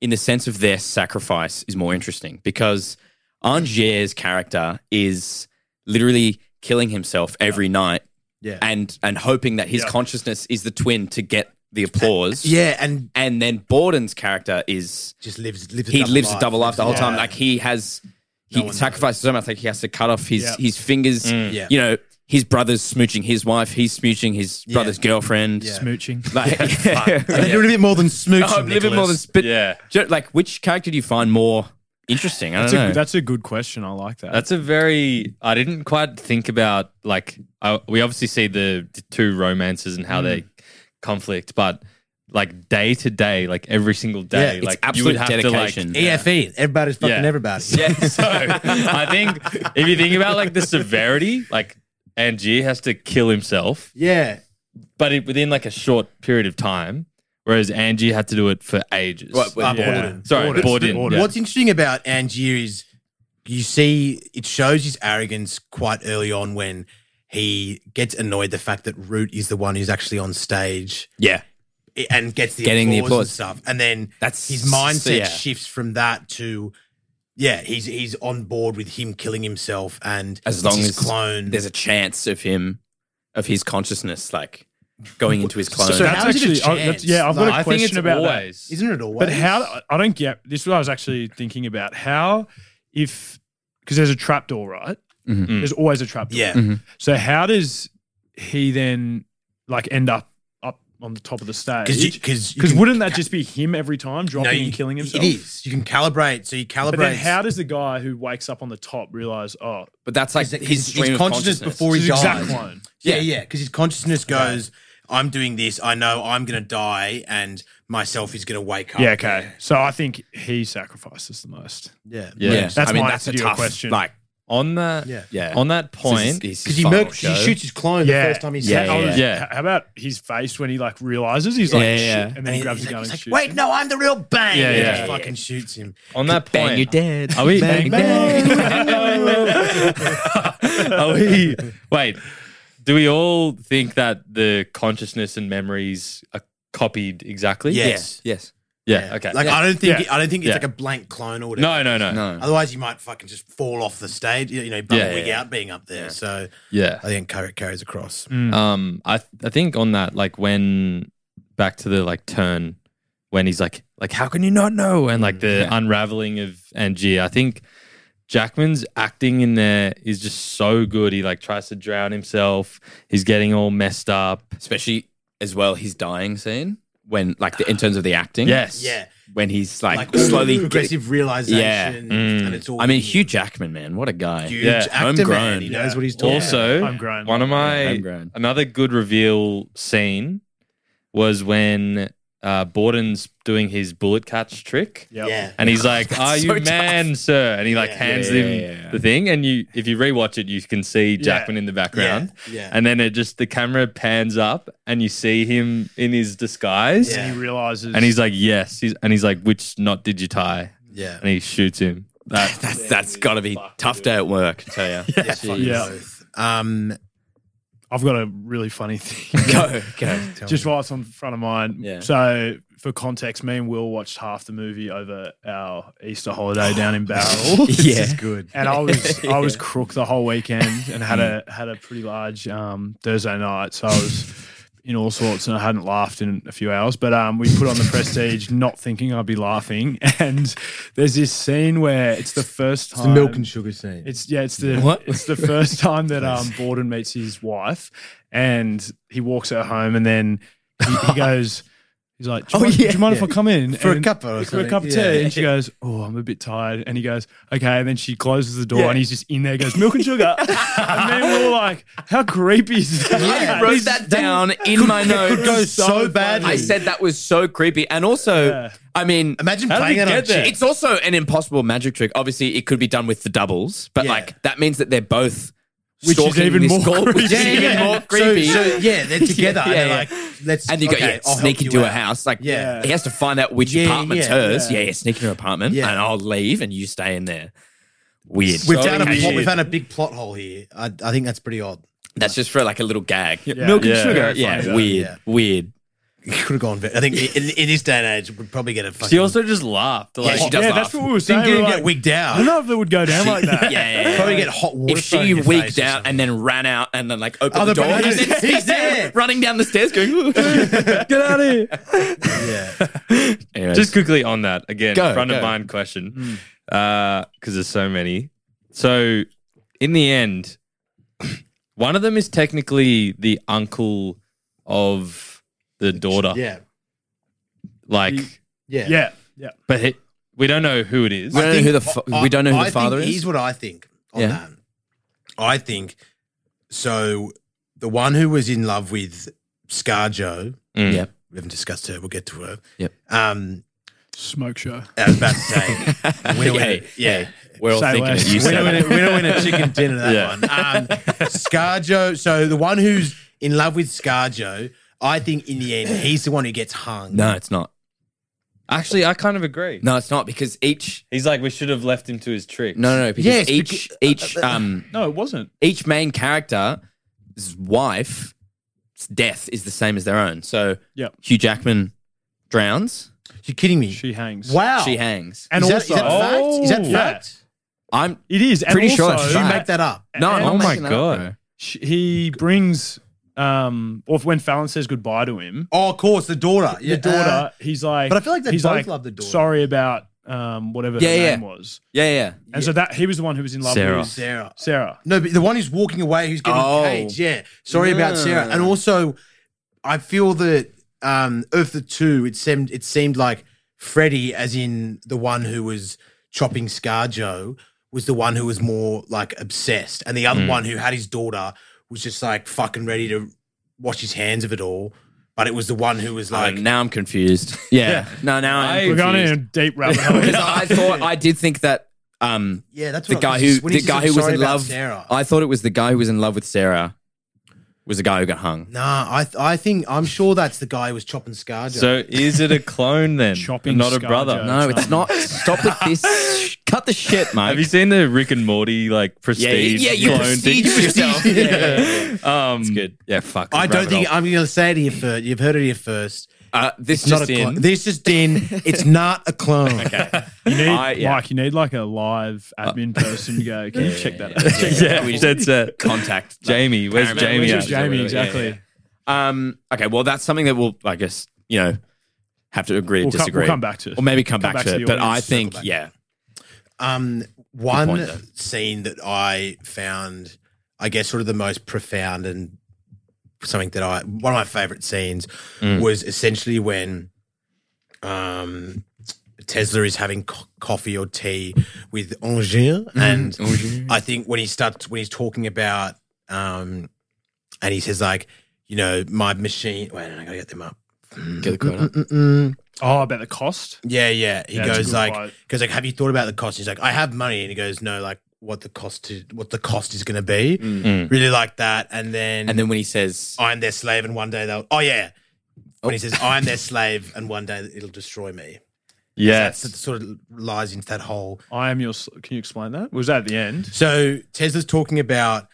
I: in the sense of their sacrifice, is more interesting? Because Angier's character is literally killing himself every night
H: yeah,
I: and and hoping that his consciousness is the twin to get the applause.
H: yeah, and
I: And then Borden's character is
H: just lives lives.
I: he lives a double life
H: lives
I: the whole time.
H: yeah.
I: Like he has he
H: one Mm.
I: sacrifices so much. Like he has to cut off his
G: Yeah.
I: his fingers.
H: Yeah.
I: You know, his brother's smooching his wife. He's smooching his
H: Yeah.
I: brother's girlfriend.
H: Yeah.
G: Smooching.
I: Like,
H: They're doing a bit more than smooching.
I: Oh, a little bit more than
H: Nicholas.
I: spit.
A: yeah,
I: Do you- Like, which character do you find more interesting? I don't
G: That's
I: know.
G: a, that's a good question. I like that.
A: that's a very. I didn't quite think about like I, we obviously see the t- two romances and how they conflict, but like day to day, like every single day,
I: it's
A: like you
I: absolute
A: would have to
I: dedication.
A: like
H: EFE. E Everybody's fucking
A: Yeah.
H: everybody.
I: yeah.
A: So I think if you think about like the severity, like Angier has to kill himself,
H: Yeah.
A: but it, within like a short period of time, whereas Angie had to do it for ages.
I: What- what-
H: Uh,
G: Yeah.
H: Borden.
A: Sorry,
G: Borden.
A: Ah, bored in.
G: Borden.
A: yeah.
H: What's interesting about Angier is you see it shows his arrogance quite early on when he gets annoyed the fact that Root is the one who's actually on stage
I: yeah.
H: i- and gets the
I: Getting the
H: applause,
I: applause.
H: and stuff. And then
I: That's-
H: his mindset
I: yeah.
H: shifts from that to yeah, he's he's on board with him killing himself and
I: As
H: it's
I: long
H: his
I: as
H: clone.
I: there's a chance of him, of his consciousness, like going into his clone.
H: so how
G: that's
H: is it a
G: actually. I,
H: chance?
G: that's, yeah, I've
H: Like,
G: got a
A: I think it's
G: question about that.
A: always.
H: isn't it always?
G: But how I don't get this. Is what I was actually thinking about how if because there's a trapdoor, right?
I: Mhm.
G: There's always a trapdoor.
H: Yeah.
G: So how does he then like end up up on the top of the
H: Because
G: stage?
H: because
G: Because wouldn't that just be him every time dropping and killing himself?
H: It is. You can calibrate. So you calibrate.
G: But then how does the guy who wakes up on the top realize? Oh,
I: but that's like
H: Is it-
I: his,
H: his-
I: stream
H: his
I: of
H: consciousness before he
G: it's
H: Dies.
G: exact clone.
H: Yeah, yeah. Because his consciousness goes, I'm doing this. I know I'm going to die and myself is going to wake up.
G: Yeah. Okay. So I think he sacrifices the most.
H: Yeah.
A: Yeah.
I: Yeah.
G: That's
I: I mean,
G: my
I: that's
G: answer
I: a
G: to your
I: tough
G: question.
I: Like,
A: On that,
H: Yeah.
I: yeah.
A: on that
I: This is-
A: point,
I: this is
H: Because
I: his
H: he,
I: final
H: murks, he
I: show.
H: shoots his clone
G: Yeah.
H: the first time he's
I: Yeah,
G: I was-
A: yeah. Yeah.
G: How about his face when he like realizes he's like
I: Yeah,
G: shit,
I: yeah.
G: and then
H: And
G: he,
H: he,
G: grabs
H: he's
G: a gun
H: like,
G: and
H: he's
G: shoots.
H: like, wait, no, I'm the real bang.
A: Yeah,
H: and he
A: yeah.
H: just fucking shoots him.
A: on that point,
I: Bang, you're dead.
A: Are we?
I: Bang,
A: Bang, Are we? Wait. Do we all think that the consciousness and memories are copied exactly?
H: Yes.
I: Yes.
A: Yeah. Okay.
H: Like, I don't think,
G: Yeah.
H: I don't think it's
A: Yeah.
H: like a blank clone order.
A: no, no, no.
I: No.
H: Otherwise, you might fucking just fall off the stage, you know,
A: Yeah,
H: bumbleweed
A: yeah.
H: out being up there. So
A: Yeah.
H: I think it carries across.
A: Um, I th- I think on that, like when back to the like turn when he's like like how can you not know and
H: Hmm.
A: like the unraveling of Angie. I think Jackman's acting in there is just so good. He like tries to drown himself. He's getting all messed up.
I: Especially as well his dying scene when, like, the, in terms of the acting.
A: Yes.
H: Yeah.
I: When he's like,
H: Like
I: slowly get-
H: aggressive realization.
I: Yeah. Mm.
H: And it's all
I: I mean,
H: huge.
I: Hugh Jackman, man, what a guy.
H: huge
A: Yeah,
H: actor man.
I: homegrown.
H: He knows
G: Yeah.
H: what he's talking
A: Also,
G: I'm grown.
A: one of my
I: Homegrown.
A: another good reveal scene was when uh, Borden's doing his bullet catch trick.
G: Yep.
H: Yeah.
A: And he's like, "Are
I: so
A: you
I: tough.
A: man, sir?" And he like hands
I: Yeah, yeah,
A: him
I: yeah, yeah.
A: the thing. And you, if you rewatch it, you can see Jackman in the background.
H: yeah.
A: And then it just the camera pans up, and you see him in his disguise.
H: Yeah.
G: He realizes.
A: And he's like, "Yes," he's, and he's like, "Which knot did you tie?"
H: Yeah.
A: And he shoots him. That
I: That's that's got to be tough day at work. I tell you.
H: Yes, fuck
G: Yeah.
H: both. Um,
G: I've got a really funny thing.
I: go go.
G: just while it's on front of mine.
I: Yeah.
G: So for context, me and Will watched half the movie over our Easter holiday down in Barrel.
I: Yeah.
H: good.
G: And I was I was crook the whole weekend and had a had a pretty large um, Thursday night. So I was in all sorts and I hadn't laughed in a few hours. But um, we put on the prestige not thinking I'd be laughing. And there's this scene where it's the first time
H: sugar scene.
G: it's yeah, it's the
I: What?
G: it's the first time that um Borden meets his wife, and he walks her home, and then he, he goes, he's like, do you,
H: Oh,
G: mind, do
H: yeah.
G: you mind if I come in
H: For a
G: And-
H: cuppa or
G: for a
H: something.
G: cup of tea?
H: Yeah.
G: And she goes, oh, I'm a bit tired, and he goes, okay, and then she closes the door, and he's just in there, goes milk and sugar, and then we're all like, how creepy is that?
I: I wrote that down in my notes.
H: go so badly.
I: I said that was so creepy, and also,
G: Yeah.
I: I mean,
H: Imagine
G: How did
H: playing
G: we
H: it on
G: get there?
H: cheap.
I: it's also an impossible magic trick. Obviously, it could be done with the doubles, but
H: Yeah.
I: like that means that they're both
G: Which is
I: stalking
G: even
I: this
G: more
I: girl, which is
G: creepy.
I: even
G: Yeah.
I: more creepy.
H: So, so, yeah, they're together.
I: Yeah,
H: and they're
I: yeah.
H: like, let's.
I: and you got
H: okay,
I: yeah,
H: I'll
I: sneak
H: help
I: into
H: you
I: her
H: out.
I: house. Like
H: Yeah.
I: he has to find out which
H: Yeah,
I: apartment's
H: yeah,
I: hers.
G: yeah.
I: Yeah. sneak into her apartment,
H: Yeah.
I: and I'll leave, and you stay in there. Weird.
H: We've done a
I: Okay.
H: plot, we've had a big plot hole here. I, I think that's pretty odd.
I: That's just for like a little gag.
G: Yeah.
I: Milk and
G: Yeah.
I: sugar.
G: Very
I: Yeah,
G: funny,
H: though.
I: weird,
H: Yeah.
I: weird.
H: It could have gone. ve- I think in, in this day and age, we'd probably get a fucking.
A: she also just laughed. Like,
I: she does
G: yeah,
I: laugh.
G: that's what we were saying.
H: think
G: We were
H: you'd
G: like,
H: get wigged
G: I don't
H: out.
G: know if it would go down like that.
I: Yeah, yeah, yeah.
H: Probably get hot water.
I: if
H: thrown in
I: she
H: your
I: wigged
H: face or
I: out
H: something.
I: and then ran out and then like opened
H: Oh,
I: the
H: the
I: door and
H: banana-
I: then
H: He's
I: he's there
H: there.
I: running down the stairs going
A: Get out of here.
H: yeah,
I: Anyways,
A: Just quickly on that again,
I: Go,
A: front
I: go. Hmm.
A: of mind question, because there's so many. So in the end, one of them is technically the uncle of the daughter.
H: yeah,
A: Like,
H: yeah,
G: yeah, yeah.
A: but he- we don't know who it is.
I: We don't know
H: think-
I: who the fa-
H: I-
I: we don't know who
H: I
I: the father
H: think-
I: is.
H: Here's what I think on
I: Yeah.
H: that. I think so. The one who was in love with Scarjo,
A: Mm.
I: Yeah.
H: we haven't discussed her. We'll get to her.
I: Yep.
H: Um,
G: Smoke show.
H: I was about to say, we're
I: Hey,
H: yeah.
I: we're all
G: Say
I: thinking
G: less.
I: of you.
H: We
I: Sam.
H: don't, win a, we don't win a chicken dinner that
A: Yeah.
H: one. Um, Scarjo, so the one who's in love with Scarjo, I think in the end he's the one who gets hung.
I: No, it's not.
A: Actually, I kind of agree.
I: No, it's not because each
A: He's like, we should have left him to his trick.
I: no no, no because
H: Yes, uh,
I: each each um
G: No, it wasn't.
I: each main character's wife's death is the same as their own. So
G: Yep.
I: Hugh Jackman drowns,
H: you're kidding me.
G: She hangs.
H: wow,
I: she hangs.
G: And
H: is, that, is
G: also,
H: that fact? Is that
A: Oh.
H: fact?
I: I'm
G: it is. And
I: Pretty sure
G: also-
I: it's
H: Did you
I: fact.
H: make that up?
I: no, I'm
G: And-
I: not
A: Oh my
I: making that
A: God.
I: up, bro.
G: sh- he brings um or when Fallon says goodbye to him,
H: Oh, of course, the daughter. Yeah,
G: the
H: uh,
G: daughter, he's like
H: but I feel like they
G: he's
H: both
G: like,
H: love the daughter.
G: Sorry about um whatever
I: Yeah,
G: the
I: yeah.
G: name was.
I: Yeah, yeah.
G: And so that he was the one who was in love
A: Sarah.
G: with
H: Sarah.
G: Sarah.
H: No, but the one who's walking away who's getting
I: Oh.
H: caged. Yeah. Sorry about Sarah. And also, I feel that um, of the two, it seemed it seemed like Freddie, as in the one who was chopping Scarjo, was the one who was more like obsessed, and the other
I: Hmm.
H: one who had his daughter was just like fucking ready to wash his hands of it all. But it was the one who was
I: Like
H: like,
I: Uh, now I'm confused. Yeah. No, now I'm
A: I-
G: We're
I: confused.
G: going in a deep rabbit hole.
I: because I thought I did think that um
H: yeah, that's
I: the
H: what I-
I: guy who
H: when he
I: the
H: says,
I: guy
H: "I'm
I: who was
H: sorry
I: in
H: about
I: love
H: Sarah.
I: I thought it was the guy who was in love with Sarah was the guy who got hung.
H: Nah, I th- I think I'm sure that's the guy who was chopping Scarjo.
A: So is it a clone then?
G: Shopping
A: not a
G: Scarjo.
A: brother.
I: No, it's
G: Um,
I: not. Stop with this. Cut the shit, Mike.
A: Have you seen the Rick and Morty like
I: yeah, yeah,
A: prestige?
I: yeah, you
A: clone
I: prestige
A: thing?
I: yourself. yeah, yeah, yeah.
A: Um,
I: It's good. Yeah, fuck.
H: I
A: Wrap
H: don't
A: it
H: think
A: up.
H: I'm going to say it here first. You've heard it here first.
I: Uh, this
H: It's not
I: just
H: a clone.
I: in.
H: This is din. It's not a clone. okay.
G: You need
I: I- yeah. Uh,
G: Mike, you need like a live admin person to go, can you check that out? Check that
A: Yeah,
I: We just
A: that's it.
I: contact
A: Jamie, where's
I: Paramount.
A: Jamie?
G: Which
A: at?
G: is Jamie,
I: Yeah,
G: exactly.
I: yeah. Um. Okay. Well, that's something that we'll, I guess, you know, have to agree
G: We'll,
I: to
G: come,
I: disagree,
G: we'll come back to it.
I: or maybe come,
G: come
I: back,
G: back
I: to
G: to
I: it.
G: the
I: But I
G: audience,
I: think,
H: circle back.
I: yeah,
H: Um, one
I: point, though.
H: scene that I found, I guess, sort of the most profound and something that I one of my favorite scenes
I: Mm.
H: was essentially when um, Tesla is having co- coffee or tea with Angers,
I: Mm.
H: and I think when he starts when he's talking about um, and he says like, you know, my machine. Wait, I gotta get them up.
I: Get the quote up.
G: Oh, about the cost.
H: Yeah, yeah. He
G: Yeah, it's a
H: goes
G: good
H: like,
G: quote.
H: goes like, have you thought about the cost? He's like, I have money, and he goes, no, like what the cost to what the cost is going to be.
G: Mm.
H: Mm. Really like that, and then
I: Mm. And then when he says,
H: I'm their slave, and one day they'll. Oh yeah, when he says
I: Oh.
H: I'm their slave, and one day it'll destroy me.
A: Yes.
H: That sort of lies into that whole.
G: I am your. s- Can you explain that? Was that at the end?
H: So Tesla's talking about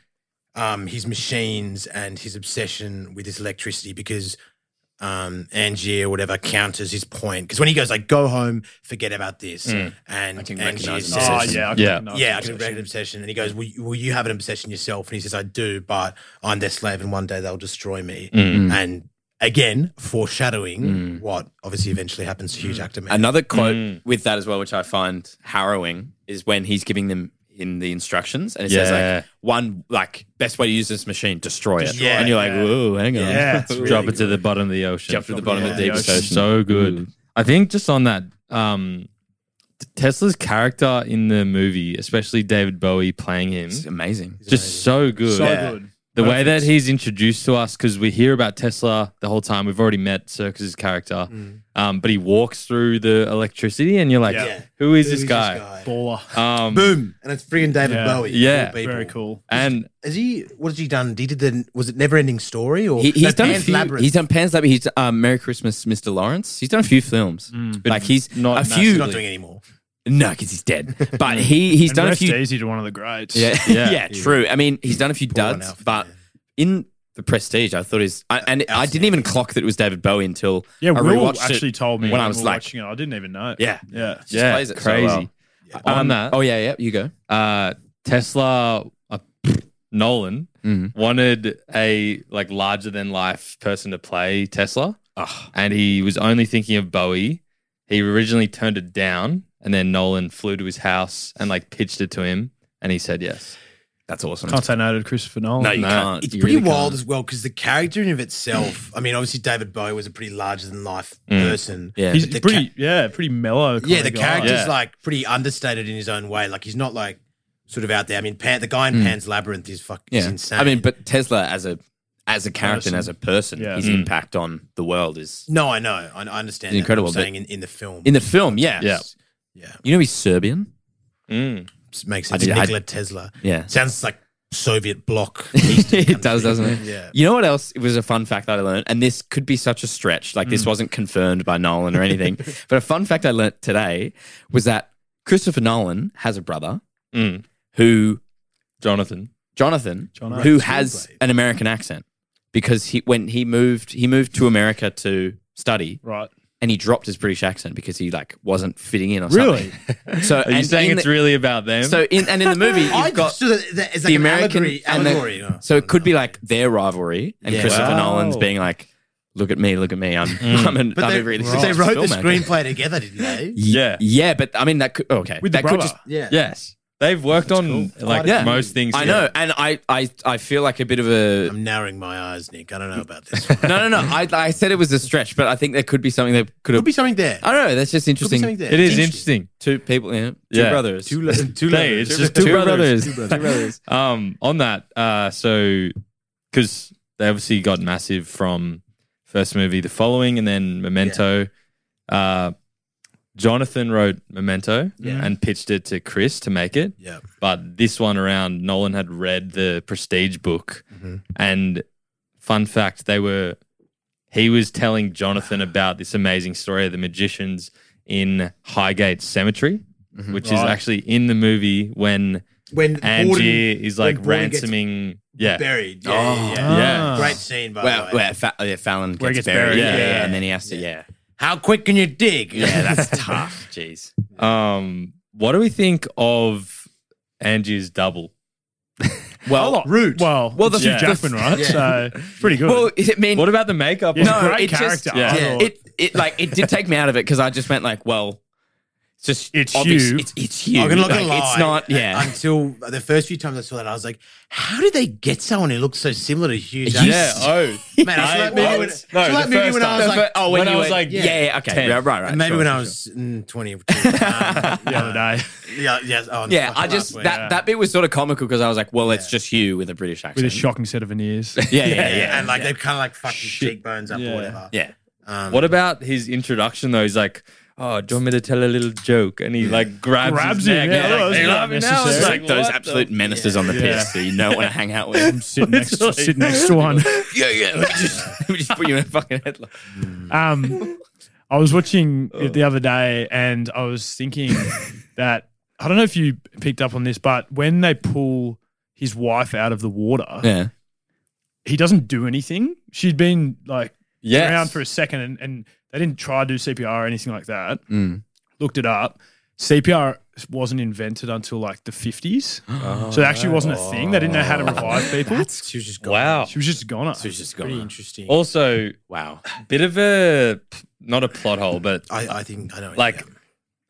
H: um, his machines and his obsession with his electricity because um, Angier or whatever counters his point. Because when he goes like, "Go home, forget about this," and
I: I can
H: Angier
I: recognize an
H: says,
G: Oh
I: Obsession.
G: yeah, I
A: Yeah.
G: couldn't know.
H: yeah, I can create an obsession. And he goes, well you, well, you have an obsession yourself. And he says, I do, but I'm their slave and one day they'll destroy me.
A: Mm.
I: Mm.
H: And again, foreshadowing what obviously eventually happens to Hugh Jackman.
I: Another quote with that as well, which I find harrowing, is when he's giving them in the instructions and it
A: Yeah.
I: says like one like best way to use this machine, destroy it.
H: Destroy
I: and
H: it,
I: you're like,
H: yeah.
I: whoa, hang on.
G: Yeah, it's
A: Drop
G: really
A: it to the bottom of the ocean.
I: Jump to the bottom of the
G: Yeah.
I: deepest
G: Yeah.
I: ocean. Mm.
A: So good. I think just on that, um, Tesla's character in the movie, especially David Bowie playing him,
I: It's amazing.
A: just so good.
G: So
I: Yeah.
G: good.
A: The way that
G: Perfect.
A: he's introduced to us, because we hear about Tesla the whole time. We've already met Circus's character,
I: Mm.
A: um, but he walks through the electricity, and you're like,
G: Yeah.
H: Yeah.
A: "Who is
H: Who
A: this
H: is
A: guy?"
G: Baller.
A: Um,
H: Boom. And it's friggin' David
G: Yeah.
H: Bowie.
A: Yeah.
H: Cool people.
G: Very cool.
A: and
H: Has he, what has he done? He did the, was it Never Ending Story or
I: He, he's
H: No,
I: done a
H: Pan's
I: few,
H: Labyrinth.
I: He's done Pan's Labyrinth. He's done, um, Merry Christmas, Mr. Lawrence. He's done a few films.
A: but
I: like he's
A: not
I: a
A: massive.
I: few.
H: He's not doing it anymore.
I: no, because he's dead. But he he's
G: and
I: done a
G: rest
I: few.
G: easy to one of the greats.
I: Yeah, yeah, true. I mean, he's done a few
H: Poor
I: duds,
H: Alfred,
I: but
H: yeah.
I: in the Prestige, I thought is, I, and I didn't even clock that it was David Bowie until
G: Yeah,
I: I
G: Will
I: rewatched it
G: actually told me
I: when I was
G: we were
I: like,
G: watching it. I didn't even know.
I: yeah,
G: Yeah.
I: just
A: yeah,
I: plays it so
A: crazy.
I: well.
A: On
I: Um,
A: that,
I: Oh yeah, yeah. You go.
A: uh, Tesla uh, Nolan
I: Mhm.
A: wanted a like larger than life person to play Tesla,
I: Oh,
A: and he was only thinking of Bowie. He originally turned it down, and then Nolan flew to his house and like pitched it to him, and he said yes.
I: that's awesome.
G: Can't say no to Christopher Nolan.
I: no, you can't.
H: It's
I: You
H: pretty
I: really
H: wild
I: can't.
H: as well because the character in of itself. I mean, obviously David Bowie was a pretty larger than life person.
I: Mm. Yeah.
G: He's
H: But the
G: pretty,
H: ca-
G: yeah, pretty mellow.
H: yeah, the
G: guy.
H: character's
A: Yeah.
H: like pretty understated in his own way. Like he's not like sort of out there. I mean, Pan, the guy in Pan's Labyrinth is fucking
I: Mm. Yeah.
H: insane.
I: I mean, but Tesla as a as a character and as a person,
G: Yeah.
I: his
G: Mm.
I: impact on the world is
H: no, I know, I, I understand.
I: It's
H: that, but
I: incredible,
H: I'm
I: but-
H: saying in, in the film,
I: in the film. Yeah,
A: Yeah.
H: yeah,
I: You know he's Serbian.
A: Mm.
H: it makes
I: I
H: sense.
I: did- I-
H: Nikola Tesla.
I: Yeah.
H: sounds like Soviet bloc.
I: it does, doesn't it?
H: Yeah.
I: You know what else? It was a fun fact that I learned, and this could be such a stretch. Like this wasn't confirmed by Nolan or anything, but a fun fact I learned today was that Christopher Nolan has a brother
A: Mm.
I: who
A: Jonathan.
I: Jonathan,
G: Jonathan.
I: who
H: Right,
I: has
H: screenplay.
I: an American accent because he when he moved he moved to America to study
G: Right.
I: and he dropped his British accent because he like wasn't fitting in or
G: Really?
I: something. So
A: Are you
I: and
A: saying
I: in
A: it's
I: the,
A: really about them?
I: so in and in the movie you've got
H: so that, that is like
I: the
H: an
I: American
H: allegory.
I: and the-
H: allegory. Oh.
I: So it could be like their rivalry, and
H: Yeah.
I: Christopher
G: Wow.
I: Nolan's being like, "Look at me, look at me. I'm I'm, an,
H: But
I: I'm
H: they,
I: a really
H: but they
I: successful
H: wrote the
I: filmmaker."
H: screenplay together, didn't they?
A: yeah,
I: Yeah, but I mean that could okay.
G: With the
I: that could
G: brother.
I: just
H: Yeah.
A: yes, they've worked on like
I: Yeah.
A: most things.
I: I know, and I I I feel like a bit of a
H: I'm narrowing my eyes, Nick. I don't know about this. One.
I: no no no. I I said it was a stretch, but I think there could be something that could
H: Could
I: have.
H: be something there.
I: I don't know. That's just
H: Could be
I: interesting.
H: something there.
A: It is interesting.
I: Two people, yeah, two
A: Yeah.
I: brothers.
H: Two, le- two
A: Hey,
H: levels.
A: it's just two brothers.
H: Two brothers.
I: Two brothers.
A: Um, on that, uh, so because they obviously got massive from first movie, the following, and then Memento. Uh, Jonathan wrote Memento
H: Yeah.
A: and pitched it to Chris to make it,
H: Yeah.
A: but this one around, Nolan had read the Prestige book,
H: Mhm.
A: and fun fact, they were he was telling Jonathan about this amazing story of the magicians in Highgate Cemetery, which is
G: Right.
A: actually in the movie when
H: When
A: Angier is like
H: when Borden gets
A: ransoming. Yeah.
H: buried. Yeah, yeah, yeah.
G: Ah.
A: Yeah.
H: Great scene, by
I: Oh. Well,
H: the way.
I: where, Fa- yeah, Fallon gets,
G: Where it gets
I: buried,
G: buried,
I: Yeah,
H: yeah.
I: and then he has to, yeah,
H: How quick can you dig?
I: yeah, that's tough. Jeez.
A: Um, what do we think of Angie's double?
I: Well,
G: Root. Well,
I: Well,
G: well,
I: the-
G: the Hugh
A: yeah.
G: Jackman, right?
H: Yeah.
G: So pretty good.
I: well, I mean,
A: What about the makeup?
G: He's
A: on-
G: a
I: no,
G: great
I: it just-
G: character.
A: yeah.
G: I
A: Yeah,
G: thought.
I: it it like it did take me out of it because I just went like, well, it's just
G: It's
I: obvious-
G: you.
I: It's, it's you.
H: I'm not
I: Like,
H: gonna lie.
I: It's not. Yeah.
H: Until the first few times I saw that, I was like, "How did they get someone who looks so similar to Hugh?" Jackman?
A: yeah. Oh,
H: man, I saw that movie when,
A: what?
H: I saw
A: No,
H: that
A: the
H: movie
A: first
H: when I was
A: time.
H: like,
I: oh, when,
A: when
I: you
A: I
I: were-
A: was like,
I: yeah,
H: yeah,
I: yeah, okay,
A: 10.
I: right, right, right.
H: maybe
I: sure,
H: when
I: sure.
H: I was mm, twenty or 22. Um,
G: the other day
H: yeah, yes, oh,
I: yeah, I
H: last
I: just
H: week.
I: that that bit was sort of comical because I was like, well, it's
H: Yeah.
I: just you with a British accent.
G: with a shocking set of veneers.
I: Yeah, yeah, yeah,
H: and like they've kind of like fucked his cheekbones up
G: Yeah.
H: or whatever.
I: yeah.
H: Um,
A: What about his introduction though? He's like, "Oh, do you want me to tell a little joke?" And he like grabs,
G: Grabs
A: his
G: him,
A: neck.
G: yeah,
A: Yeah,
G: that
A: like,
G: was
A: "They
G: not
A: love me now." It's
G: necessary.
A: like,
I: like those
A: what the-
I: absolute menaces on the pitch
G: Yeah.
I: that you don't want to hang out with.
G: Sit next,
A: Literally.
G: sit next to one.
I: yeah, yeah. Let me just, let me just put you in a fucking headlock.
G: Um, I was watching it the other day, and I was thinking that I don't know if you picked up on this, but when they pull his wife out of the water,
I: Yeah.
G: he doesn't do anything. She'd been like
A: Yes.
G: around for a second, and, and they didn't try to do CPR or anything like that. Looked it up. CPR wasn't invented until like the 50s. so it actually wasn't a thing. They didn't know how to revive people.
H: she was just gone.
A: Wow.
G: She was just a goner.
H: She was just gone. Pretty interesting.
A: Also,
H: wow.
A: bit of a not a plot hole, but
H: I, I think I know.
A: like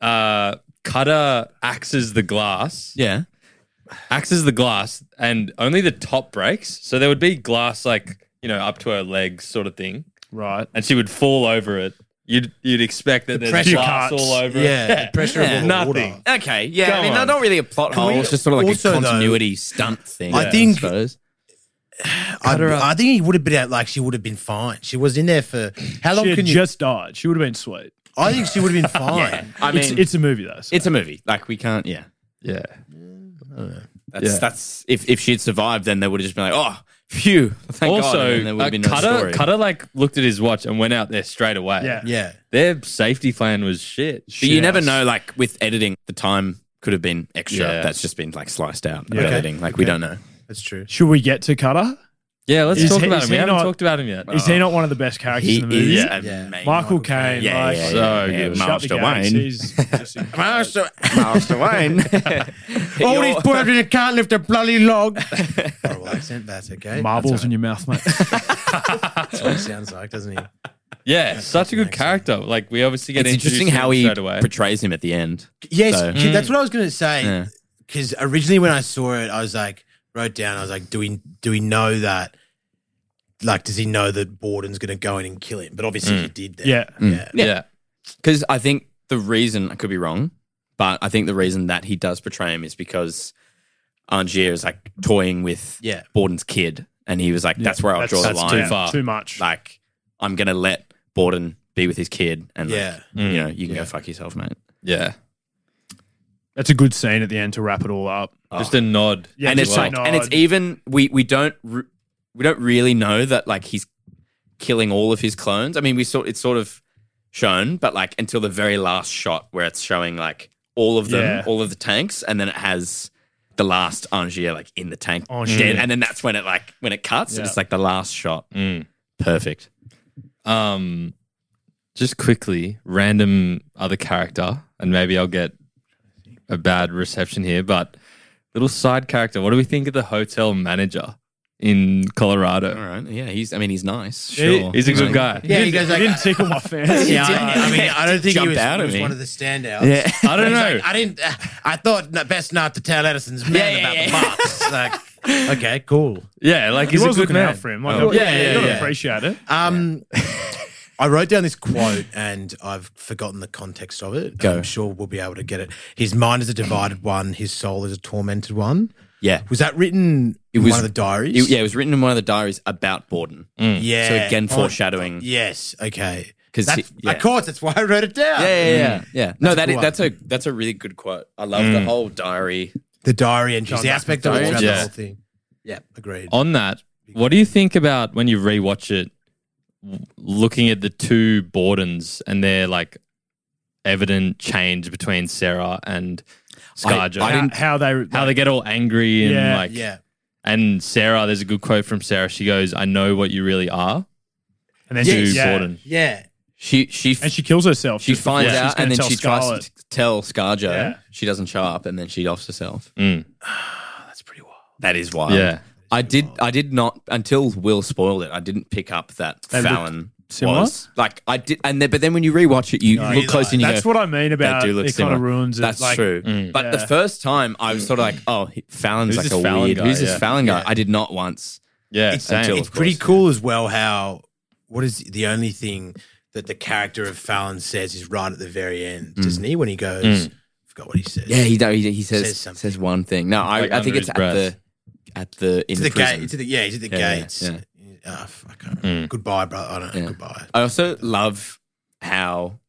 A: uh Cutter axes the glass.
I: Yeah.
A: Axes the glass and only the top breaks. So there would be glass like, you know, up to her legs sort of thing.
G: Right.
A: And she would fall over it. You'd you'd expect that there's
G: pressure
A: glass
G: cuts.
A: all over
H: yeah,
A: it.
H: the pressure
I: Yeah.
H: of all the
A: Nothing.
H: water.
I: Okay. Yeah.
A: Go
I: I mean,
A: on.
I: they're not really a plot hole.
H: we
I: it's just sort of like
H: also,
I: a
H: though-
I: continuity stunt thing.
H: I think-
I: suppose.
H: I, I think he would have been out. Like she would have been fine. She was in there for how long?
G: She had
H: Can you?
G: just died. She would have been sweet.
H: I think she would have been fine.
I: I mean,
G: it's, it's a movie though. so-
I: it's a movie. Like we can't. Yeah.
A: Yeah.
I: That's that's if if she had survived, then they would have just been like, oh, phew. Thank God.
A: also,
I: And then there would
A: uh,
I: have been no
A: Cutter
I: story.
A: Cutter like looked at his watch and went out there straight away.
G: Yeah.
H: Yeah.
A: Their safety plan was shit.
I: But you never know. Like with editing, the time could have been extra.
A: Yeah.
I: That's just been like sliced out.
G: Yeah.
I: of Editing. Like we don't know.
H: That's true.
G: Should we get to Cutter?
A: Yeah, let's
G: Is
A: talk
G: he-
A: about
G: is
A: him. We
G: he
A: haven't
G: not-
A: talked about him yet.
G: Is he not one of the best characters in the movie?
I: yeah.
H: Yeah.
I: amazing.
G: Michael Caine.
I: Yeah,
G: like,
I: yeah,
A: so
G: shut
I: yeah,
A: good.
I: yeah. Miles
G: the
I: Dewayne.
G: gates. He's just in-
H: Master,
I: Master Wayne.
H: all these poor in a car lift a bloody log. Horrible accent. That's okay.
G: marbles
H: That's,
G: in your mouth, mate.
H: that's what it sounds like, doesn't he?
A: Yeah, such a good character. Like we obviously get
I: It's
A: introduced
I: interesting
A: to him
I: how he
A: straight away.
I: portrays him at the end.
H: Yes,
I: So-
H: kid, that's what I was going to say.
I: Yeah.
H: Because originally, when I saw it, I was like, wrote down, I was like, do we do we know that? Like, does he know that Borden's going to go in and kill him? But obviously,
I: Mm.
H: he did. Then.
G: Yeah.
H: yeah,
A: yeah.
I: Because I think the reason I could be wrong, but I think the reason that he does portray him is because Angier is like toying with
H: Yeah.
I: Borden's kid, and he was like, "That's where I'll
G: That's-
I: draw the
G: that's
I: line.
G: too
A: far.
G: Too much.
I: Like, I'm gonna let Borden be with his kid, and like,
H: Yeah.
A: Mm.
I: you know, you can go fuck yourself, mate."
A: yeah.
G: That's a good scene at the end to wrap it all up.
A: Just a nod.
G: Yeah,
I: and it's
G: just a
I: like, and it's
G: nod.
I: even we we don't re- we don't really know that like he's killing all of his clones. I mean, we sort it's sort of shown, but like until the very last shot where it's showing like all of them,
G: Yeah.
I: all of the tanks, and then it has the last Angier like in the tank,
G: Angier.
I: dead, and then that's when it like when it cuts, and
G: Oh, Yeah.
I: it's like the last shot,
A: Mm.
I: perfect.
A: Um, just quickly, random other character, and maybe I'll get a bad reception here, but little side character. What do we think of the hotel manager in
I: All
A: Colorado?
I: right, yeah, he's I mean he's nice,
G: Yeah,
I: sure,
A: He's a good
I: Like,
A: guy.
H: Yeah, he goes
G: I
H: like,
G: didn't tickle my fancy.
H: yeah, I, I mean, I don't think he
I: Jumped
H: was,
I: out
H: he
I: at
H: was
I: me.
H: one of the standouts.
I: Yeah,
A: I don't
H: He's
A: know.
H: like, I didn't. Uh, I thought no, best not to tell Edison's man
I: Yeah, yeah,
H: about
I: yeah.
H: the marks. like, okay, cool.
A: yeah, like
G: He
A: he's a
G: was
A: good
G: looking
A: man.
G: out for him. Like,
A: Oh.
G: I-
A: Yeah,
G: you
A: yeah,
G: gotta
A: yeah.
G: appreciate it.
H: Um, I wrote down this quote and I've forgotten the context of it.
I: Go.
H: I'm sure we'll be able to get it. His mind is a divided one. His soul is a tormented one.
I: yeah.
H: Was that written
I: It
H: in
I: was-
H: one of the diaries?
I: It- yeah, it was written in one of the diaries about Borden.
H: yeah.
I: So again,
H: Oh,
I: foreshadowing.
H: yes. Okay.
I: 'Cause
H: That's,
I: he- yeah.
H: Of course, that's why I wrote it down.
I: Yeah, yeah, yeah. Uh, mm, yeah. No, that
H: a
I: is,
H: good
I: that's a that's a really good quote. I love
G: Mm.
I: the whole diary.
H: The diary entries, the
G: John
H: aspect of it throughout
A: Yeah.
H: the whole thing. Yeah, agreed.
A: On that, what do you think about when you rewatch it, w- looking at the two Bordens and their like evident change between Sarah and Scarjo?
I: I
G: How-
I: didn't-
G: how they
A: how they get all angry and
G: Yeah,
A: like
H: yeah.
A: and Sarah, there's a good quote from Sarah. She goes, "I know what you really are."
G: and then
A: to
G: she, yeah.
A: Borden.
H: Yeah.
I: She she
G: and she kills herself.
I: she
G: just before
I: finds
G: she's
I: out
G: gonna
I: and then
G: tell
I: she
G: Scarlett.
I: tries to t- tell Scarjo.
G: Yeah.
I: She doesn't show up and then she offs herself.
A: Mm.
I: That is wild.
A: Yeah,
I: I did I did not until Will spoiled it. I didn't pick up that
G: They look
I: Fallon
G: similar?
I: was like I did and then, but then when you rewatch it you look
H: you-
I: close and you
G: That's
I: go,
G: what I mean
I: they
G: about
I: do look
G: it kind
I: similar.
G: of ruins it.
I: That's
G: like,
I: true.
A: Mm.
I: But the
G: Yeah.
I: first time I was sort of like, oh, he- Fallon's
A: Who's
I: like
A: this
I: a
A: Fallon
I: weird.
A: guy?
I: Who's this
A: Yeah.
I: Fallon guy?
H: Yeah.
I: I did not once.
A: yeah,
H: It's-
A: same.
I: until-
H: it's
I: of
H: pretty
I: course,
H: cool as well how what is the only thing that the character of Fallon says is right at the very end, doesn't he? When he goes, forgot what he says.
I: Mm. Yeah, he do- he, he says
H: Says
I: says,
H: something.
I: one thing. No, I,
A: Like
I: I
A: under
I: think it's
A: his
I: at
A: breath.
I: the at the in
H: to the
I: prison.
H: gate. To the yeah, he's at the
I: Yeah, Mm. yeah,
H: gates.
I: yeah.
H: ah, fuck, I can't remember. Goodbye, brother. I don't know. Goodbye.
I: I also love how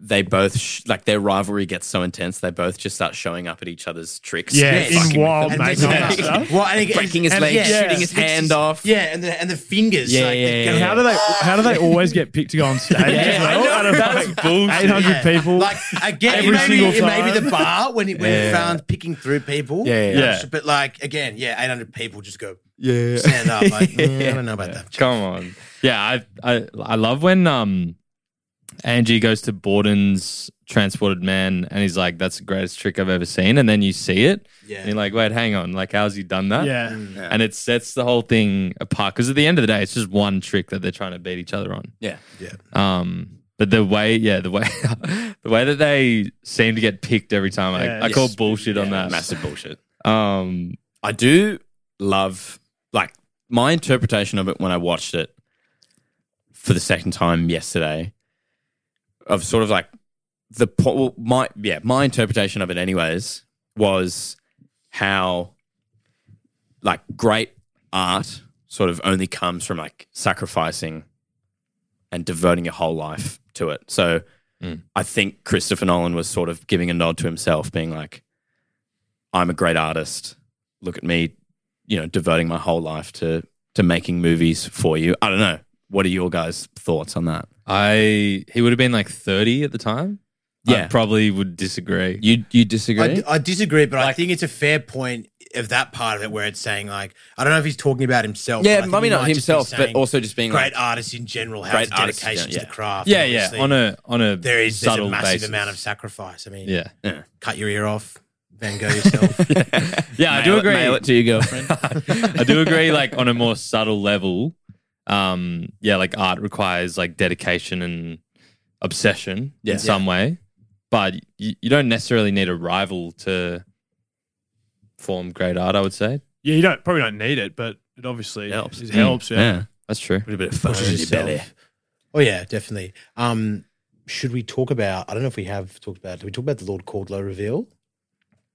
I: they both sh- like their rivalry gets so intense. They both just start showing up at each other's tricks.
G: Yeah,
I: and
G: in
I: fucking with
G: wild
I: them.
G: And makeup and stuff.
H: Well, and it-
I: breaking his
H: and-
I: leg,
H: yeah.
I: shooting his
H: It's just-
I: hand off.
H: Yeah, and the and the fingers.
I: Yeah,
H: like,
I: yeah,
H: they
I: yeah,
H: go-
I: yeah.
G: How do they? How do they always get picked to go on stage?
I: Yeah, I know, that's
G: Eight hundred
H: Yeah.
G: people.
H: Like again,
G: Every
H: it may, be,
G: single
H: it may be
G: time.
H: the bar when it when
I: Yeah.
H: it found picking through people.
I: Yeah, yeah,
G: yeah.
H: But like again, yeah, eight hundred people just go
I: yeah.
H: stand up. Like "Mm, I don't know about that.
I: Come on.
A: Yeah, I I I love when um Angie goes to Borden's transported man and he's like, That's the greatest trick I've ever seen. And then you see it.
H: Yeah.
A: And you're like, wait, hang on, like how's he done that?
G: yeah,
A: And it sets the whole thing apart. Because at the end of the day, it's just one trick that they're trying to beat each other on.
I: Yeah.
A: Um but the way, yeah, the way the way that they seem to get picked every time, I,
G: Yeah,
A: I call
I: yes.
A: bullshit on
I: Yeah,
A: that.
I: Massive bullshit.
A: Um
I: I do love like my interpretation of it when I watched it for the second time yesterday of sort of like the po- well, my yeah my interpretation of it anyways was how like great art sort of only comes from like sacrificing and devoting your whole life to it. So I think Christopher Nolan was sort of giving a nod to himself being like I'm a great artist. Look at me, you know, devoting my whole life to to making movies for you. I don't know. What are your guys' thoughts on that?
A: I he would have been like thirty at the time.
I: Yeah.
A: I probably would disagree.
I: You you disagree?
H: I, I disagree, but I think it's a fair point of that part of it where it's saying like I don't know if he's talking about himself. but oh, I
I: yeah,
H: think
I: maybe
H: he
I: not
H: might just be
I: himself, but
H: saying
I: also just being
H: great
I: like,
H: artists in general have
I: Great
H: a
I: artists in
H: dedication
I: general,
H: to the craft.
A: yeah,
H: and
A: yeah.
H: obviously
A: On a on a
H: there is there's
A: subtle
H: a massive
A: basis.
H: amount of sacrifice. I mean,
A: yeah.
H: cut your ear off, Van Gogh yourself.
A: Yeah, I do
I: "Mail it-
A: agree.
I: mail it to your girlfriend.
A: I do agree. Like on a more subtle level, um, yeah, like art requires like dedication and obsession
I: Yeah.
A: in some way, but you, you don't necessarily need a rival to form great art. I would say
G: yeah. You don't probably don't need it, but it obviously
I: Helps.
G: It helps. Yeah.
A: that's true.
I: Put a bit of fun in your belly.
H: Oh yeah, definitely. Um, should we talk about? I don't know if we have talked about. Did we talk about the Lord Cordlow reveal?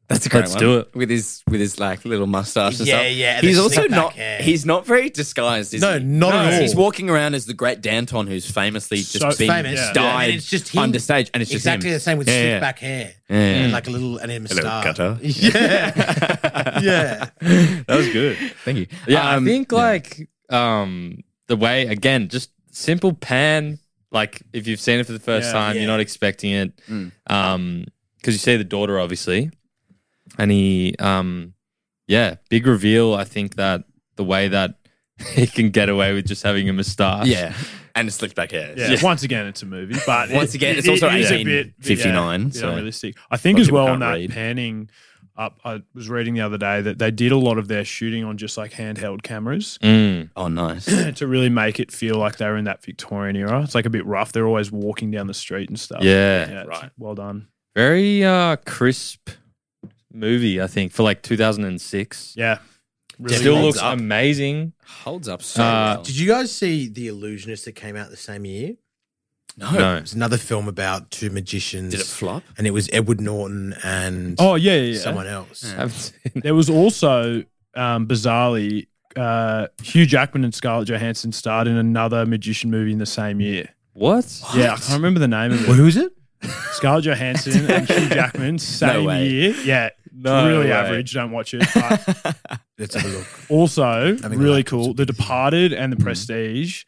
I: That's a
A: great Let's one. do it.
I: with his with his like little mustache and
H: Yeah,
I: stuff.
H: yeah, and
I: He's
H: the
I: also
H: slick back
I: not
H: hair.
I: he's not very disguised. Is
H: No,
I: he?
H: not at all.
I: He's walking around as the great Danton, who's famously just
G: So
I: been
H: famous,
I: dyed
H: yeah. And it's just him.
I: understage, and it's just
H: exactly
I: him.
H: the same with
I: Yeah,
H: slick
I: yeah. Hmm.
H: back hair,
I: Yeah.
H: And like a little and a moustache.
I: cutter.
H: Yeah, yeah.
A: That was good.
I: Thank you.
A: Yeah,
I: Um,
A: I think like um the way again, just simple pan. Like if you've seen it for the first
G: Yeah.
A: time,
H: Yeah.
A: you're not expecting it. Um, because you see the daughter obviously, and he um, yeah, big reveal. I think that the way that he can get away with just having a moustache.
I: Yeah. And a slicked back hair.
G: Yeah. Once again, it's a movie, but it-
I: Once again, it's also
G: is a
I: 18,
G: bit-
I: 59,
G: yeah,
I: so-
G: unrealistic. I think
I: Lot of
G: as
I: people
G: well
I: can't
G: on that
I: read.
G: panning up. I was reading the other day that they did a lot of their shooting on just like handheld cameras
A: Mm.
I: Oh, nice.
G: to really make it feel like they were in that Victorian era. It's like a bit rough. They're always walking down the street and stuff.
A: yeah,
G: Oh, yeah right. Well done.
A: Very uh crisp movie. I think for like 2006.
G: Yeah. Really
A: Still
H: holds
A: looks
H: up.
A: amazing.
I: Holds up so
A: Uh,
I: well.
H: Did you guys see The Illusionist that came out the same year?
A: No.
H: It was another film about two magicians.
I: Did it flop?
H: And it was Edward Norton and
G: Oh yeah, yeah. yeah.
H: someone else.
A: haven't seen it.
G: There was also um, bizarrely uh, Hugh Jackman and Scarlett Johansson starred in another magician movie in the same year.
A: What?
G: Yeah, I can't remember the name of it.
H: Well, who is it?
G: Scarlett Johansson and Hugh Jackman, same
I: way.
G: year. Yeah,
A: No
G: really
A: way.
G: average. Don't watch it. But
H: Let's have a look.
G: also,
H: a
G: really
H: look.
G: cool. The Departed and The Prestige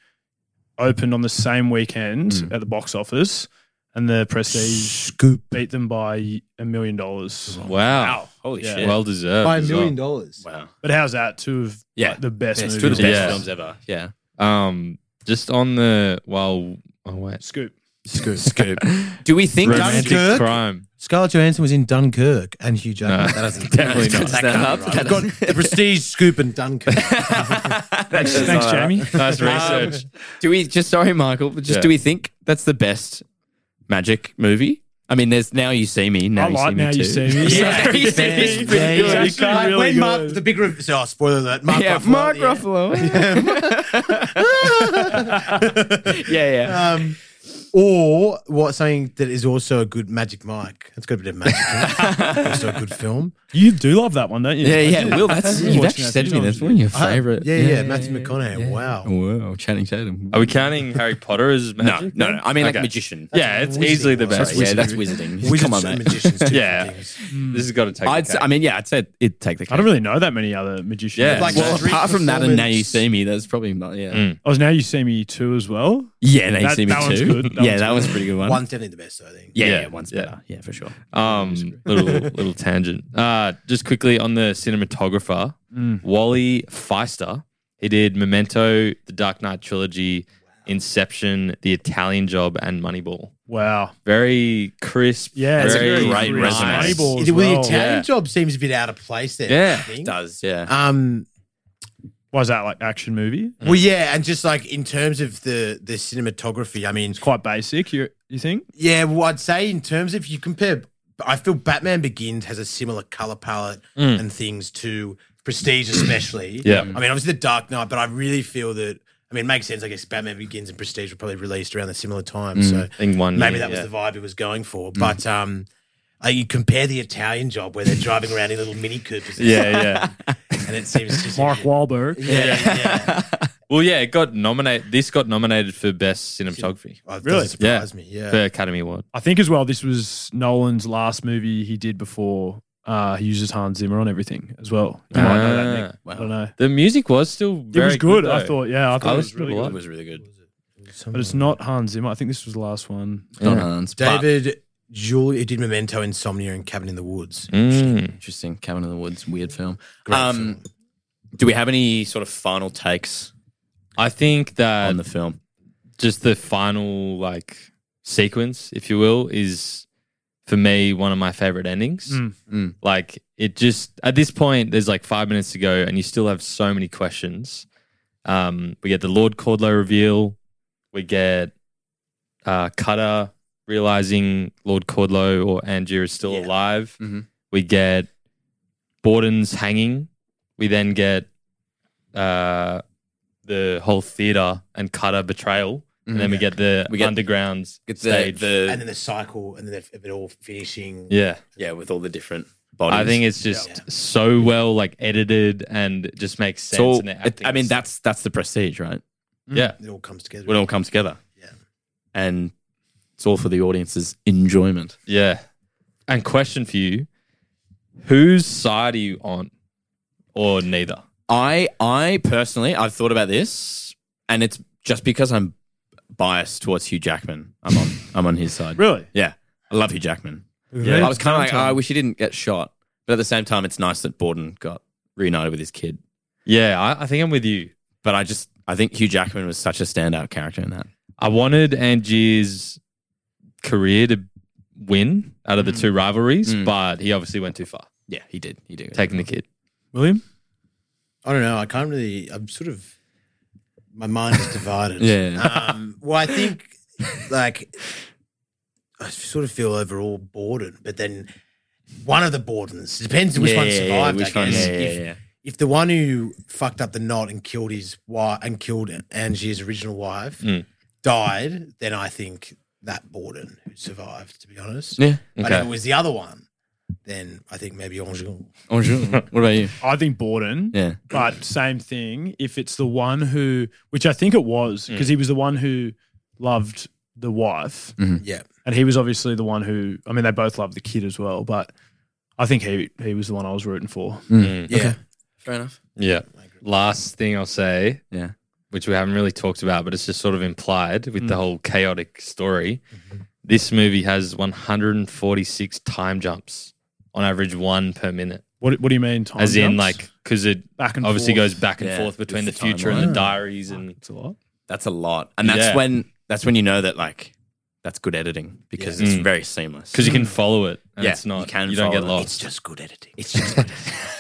G: opened on the same weekend at the box office, and The Prestige
H: Scoop.
G: beat them by a million dollars.
A: Wow.
I: Holy
G: Yeah.
I: shit.
A: Well deserved.
H: By a
A: as well.
H: million dollars.
I: wow.
G: But how's that? Two of
I: Yeah.
G: like, the best
I: It's
G: movies.
I: two of the best
A: Yeah.
I: films ever. Yeah.
A: Um, just on the well, oh wait,
G: Scoop.
H: Scoop.
I: Scoop. Do we think
A: romantic
H: Dunkirk?
A: crime.
H: Scarlett Johansson was in Dunkirk and Hugh Jackman.
A: No,
H: that doesn't
A: definitely not.
H: That
I: That
H: can't
I: up?
H: be right.
I: That
H: We've got the Prestige, Scoop, and Dunkirk.
I: That's just
G: Thanks,
I: not right.
G: Jamie.
A: Nice
I: Um,
A: research.
I: do we just sorry, Michael, but just
A: Yeah.
I: do we think that's the best magic movie? I mean, there's now you see me. Now
G: I
I: you see
G: like
I: me
G: Now
I: too.
G: You See Me.
I: Yeah,
G: Yeah.
I: You See Me is pretty
G: Yeah,
I: good.
G: yeah.
H: It's like
G: really
H: when Mark,
G: good.
H: the big rev- so oh, spoiler alert. Mark
I: Yeah,
H: Ruffalo.
I: Mark
H: yeah.
G: Uh,
I: Ruffalo. Yeah, yeah.
H: Um, Or what something that is also a good Magic Mike. It's got a bit of magic. in it. also a good film.
G: You do love that one, don't you?
J: Yeah, yeah. Will, that's
G: Watching
J: you've actually
G: that
J: said to me
G: video,
J: that's one of your
H: I-
J: favorite.
H: Uh, Yeah, yeah, Matthew McConaughey.
J: Oh,
H: Wow.
J: Wow, Channing Tatum.
A: Are we counting Harry Potter as
I: No,
A: magic?
I: no, no. I mean, like
A: Okay.
I: magician.
A: Yeah, it's easily the
H: That's
A: best.
I: yeah, that's
A: yeah,
I: wizarding.
H: Wizards
I: Come on,
H: and
I: mate.
H: magicians. two
A: Yeah.
H: different things.
A: this has got to take.
I: I'd,
A: the
I: say-
A: cake.
I: I mean, yeah, I'd say it'd take the.
G: I don't really know that many other magicians.
A: Yeah. Like-
I: well,
H: Street
I: apart from that, and now you
H: performance.
I: see me. That's probably not. Yeah,
A: Mm.
G: I was oh, now you see me too as well.
I: yeah, now you
G: That-
I: see me
G: that one's
I: too.
G: good. That
I: yeah,
G: one's
I: that
G: good.
I: was a pretty good one.
H: One's definitely the best, I think.
I: yeah, yeah,
A: Yeah,
I: one's
A: yeah.
I: better. Yeah, for sure.
A: Um, little little tangent. Uh, just quickly on the cinematographer,
H: Mm.
A: Wally Feister. He did Memento, The Dark Knight trilogy, Inception, The Italian Job, and Moneyball.
G: Wow.
A: Very crisp.
G: Yeah, it's a
A: very
G: very
A: great
G: crisp
A: resume.
G: Moneyball as
H: It- well,
G: well.
H: The Italian
A: Yeah.
H: job seems a bit out of place there.
A: Yeah,
H: I think.
I: It does yeah.
H: Um,
G: Why is that like action movie?
H: well, yeah, and just like in terms of the the cinematography, I mean,
G: It's quite basic. You you think?
H: yeah, well, I'd say in terms of you compare, I feel Batman Begins has a similar color palette and things to Prestige, especially.
A: Yeah.
H: I mean, obviously the Dark Knight, but I really feel that. I mean, it makes sense. I guess Batman Begins and Prestige were probably released around a similar time, so
A: In one
H: maybe
A: year,
H: that was
A: yeah.
H: the vibe it was going for. But um, uh, you compare the Italian job where they're driving around in little mini coopers,
A: Yeah, yeah.
H: and it seems just
G: Mark Wahlberg.
H: yeah, yeah.
A: well, yeah. It got nominated. This got nominated for best cinematography
H: Oh, it
G: Really?
H: doesn't surprise
A: Yeah.
H: me. Yeah.
A: for Academy Award.
G: I think as well. This was Nolan's last movie he did before uh, he uses Hans Zimmer on everything as well. You might know
I: Uh,
G: that. Nick.
A: Ah,
G: I don't know.
A: The music was still
G: It
A: very
G: was good.
A: though.
G: I thought. Yeah, I thought it was
A: listened to
G: really
A: a lot.
G: good.
I: It was really good.
G: But it's not Hans Zimmer. I think this was the last one.
I: Don Hans, but-
H: David Julia did Memento, Insomnia, and Cabin in the Woods.
A: Mm.
I: Interesting. Cabin in the Woods, weird film.
H: Great
I: um,
H: film.
I: Do we have any sort of final takes
A: I think that
I: on the film?
A: just the final like sequence, if you will, is for me one of my favorite endings.
G: Mm.
I: Mm.
A: Like it just at this point, there's like five minutes to go, and you still have so many questions. Um, we get the Lord Cordlow reveal. We get uh, Cutter realizing Lord Cordlow or Angier is still
H: Yeah.
A: alive.
I: Mhm.
A: We get Borden's hanging. We then get uh, the whole theater and Cutter betrayal. And then we get the
I: We get-
A: underground
I: It's the,
A: stage.
H: and
I: the
H: then the cycle, and then of it all finishing.
A: yeah.
I: yeah with all the different bodies.
A: I think it's just so well like edited and it just makes sense.
I: it's all.
A: and the
I: it- I mean,
A: acting's-
I: that's that's the prestige, right?
A: yeah.
H: It all comes together.
I: When it all comes together.
H: Yeah.
I: And it's all for the audience's enjoyment.
A: Yeah. And question for you: Whose side are you on, or neither?
I: I I personally I've thought about this, and it's just because I'm biased towards Hugh Jackman. I'm on I'm on his side.
G: Really?
I: Yeah, I love Hugh Jackman.
G: Yeah.
I: I was kind of like, oh, I wish he didn't get shot, but at the same time, it's nice that Borden got reunited with his kid.
A: Yeah, I, I think I'm with you.
I: But I just I think Hugh Jackman was such a standout character in that.
A: I wanted Angier's career to win out of the two rivalries,
I: Mm.
A: but he obviously went too far,
I: Yeah, he did. He did.
A: taking the kid.
G: William.
H: I don't know. I can't really. I'm sort of. My mind is divided.
I: Yeah.
H: Um, well, I think, like, I sort of feel overall bored, but then one of the Bordens depends which
I: Yeah,
H: one
I: yeah,
H: survived.
I: yeah,
H: I
I: which one-
H: guess.
I: yeah, yeah,
H: If-
I: yeah.
H: if the one who fucked up the knot and killed his wife and killed Angie's original wife
I: Hmm.
A: Mm.
H: died, then I think that Borden who survived, to be honest.
I: Yeah.
H: But if
A: Okay.
H: it was the other one, then I think maybe Angel.
I: Bonjour. what about you?
G: I think Borden.
I: Yeah.
G: But same thing. If it's the one who, which I think it was, because he was the one who loved the wife,
H: Yeah.
G: and he was obviously the one who. I mean, they both loved the kid as well, but I think he he was the one I was rooting for.
A: Mm.
H: Yeah.
I: Fair enough.
A: Yeah. Last thing I'll say,
I: Yeah.
A: which we haven't really talked about, but it's just sort of implied with
I: Mm.
A: the whole chaotic story.
I: Mm-hmm.
A: This movie has 146 time jumps on average, one per minute.
G: What What do you mean? Time
A: As in,
G: jumps?
A: like, because it
G: Back and
A: obviously
G: forth.
A: goes back and
I: Yeah,
A: forth between the,
I: with the
A: future and the
I: timeline.
A: diaries, and
G: It's a lot.
I: That's a lot, and that's
A: Yeah.
I: when that's when you know that like that's good editing because
A: Yeah.
I: it's
A: Mm.
I: very seamless.
A: because you can follow it. And
I: Mm. Yeah,
A: it's not.
I: you can
A: don't get
I: follow it.
A: lost.
H: It's just good editing.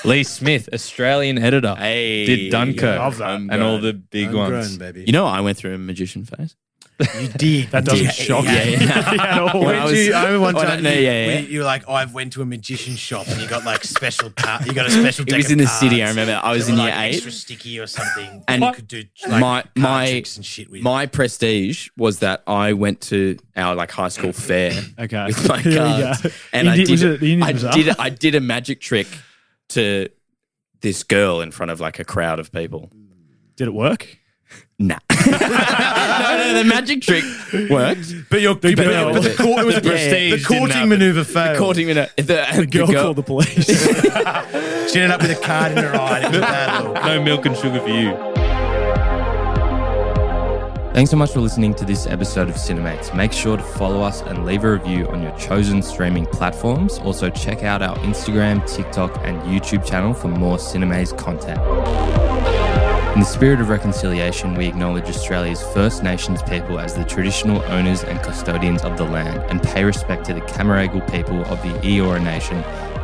A: Lee Smith, Australian editor,
I: Hey,
A: did Dunkirk
G: love that.
A: and all the big
H: Homegrown,
A: ones.
H: baby.
I: You know, I went through a magician phase.
G: That doesn't
H: Yeah,
G: shock
H: yeah,
G: me at all.
I: When I was-
H: you, I remember one
I: when I-
H: time.
I: no,
H: you,
I: yeah, yeah.
H: when You were like, oh, I went to a magician shop and you got like special card. You got a special.
I: It
H: deck
I: was
H: of
I: in the
H: cards
I: city, I remember. I
H: that
I: was
H: were,
I: in
H: like,
I: year eight.
H: Extra sticky or something,
I: And
H: and you could do like,
I: my-
H: card
I: my-
H: tricks and shit with.
I: My prestige was that I went to our like high school fair
G: Okay.
I: with my
G: Here we
I: cards,
G: go.
I: and I
G: Indi-
I: did,
G: was it the Indian
I: I
G: Bazaar?
I: did, I did a magic trick to this girl in front of like a crowd of people.
G: Did it work?
I: Nah, no, no, the magic trick worked.
H: but your but
G: bell.
H: it was a court- it was a
I: Yeah, yeah, yeah.
H: prestige.
I: Didn't
H: The courting
I: happen.
H: maneuver failed.
I: Courting in a the, the
G: Girl, called the police.
H: She ended up with a card in her eye. and It was a bad look.
A: No milk and sugar for you. Thanks so much for listening to this episode of Cinemates. Make sure to follow us and leave a review on your chosen streaming platforms. Also, check out our Instagram, TikTok, and YouTube channel for more Cinemates content. In the spirit of reconciliation, we acknowledge Australia's First Nations people as the traditional owners and custodians of the land and pay respect to the Camaragal people of the Eora Nation,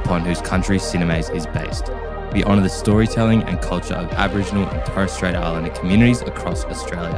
A: upon whose country Cinemaze is based. We honour the storytelling and culture of Aboriginal and Torres Strait Islander communities across Australia.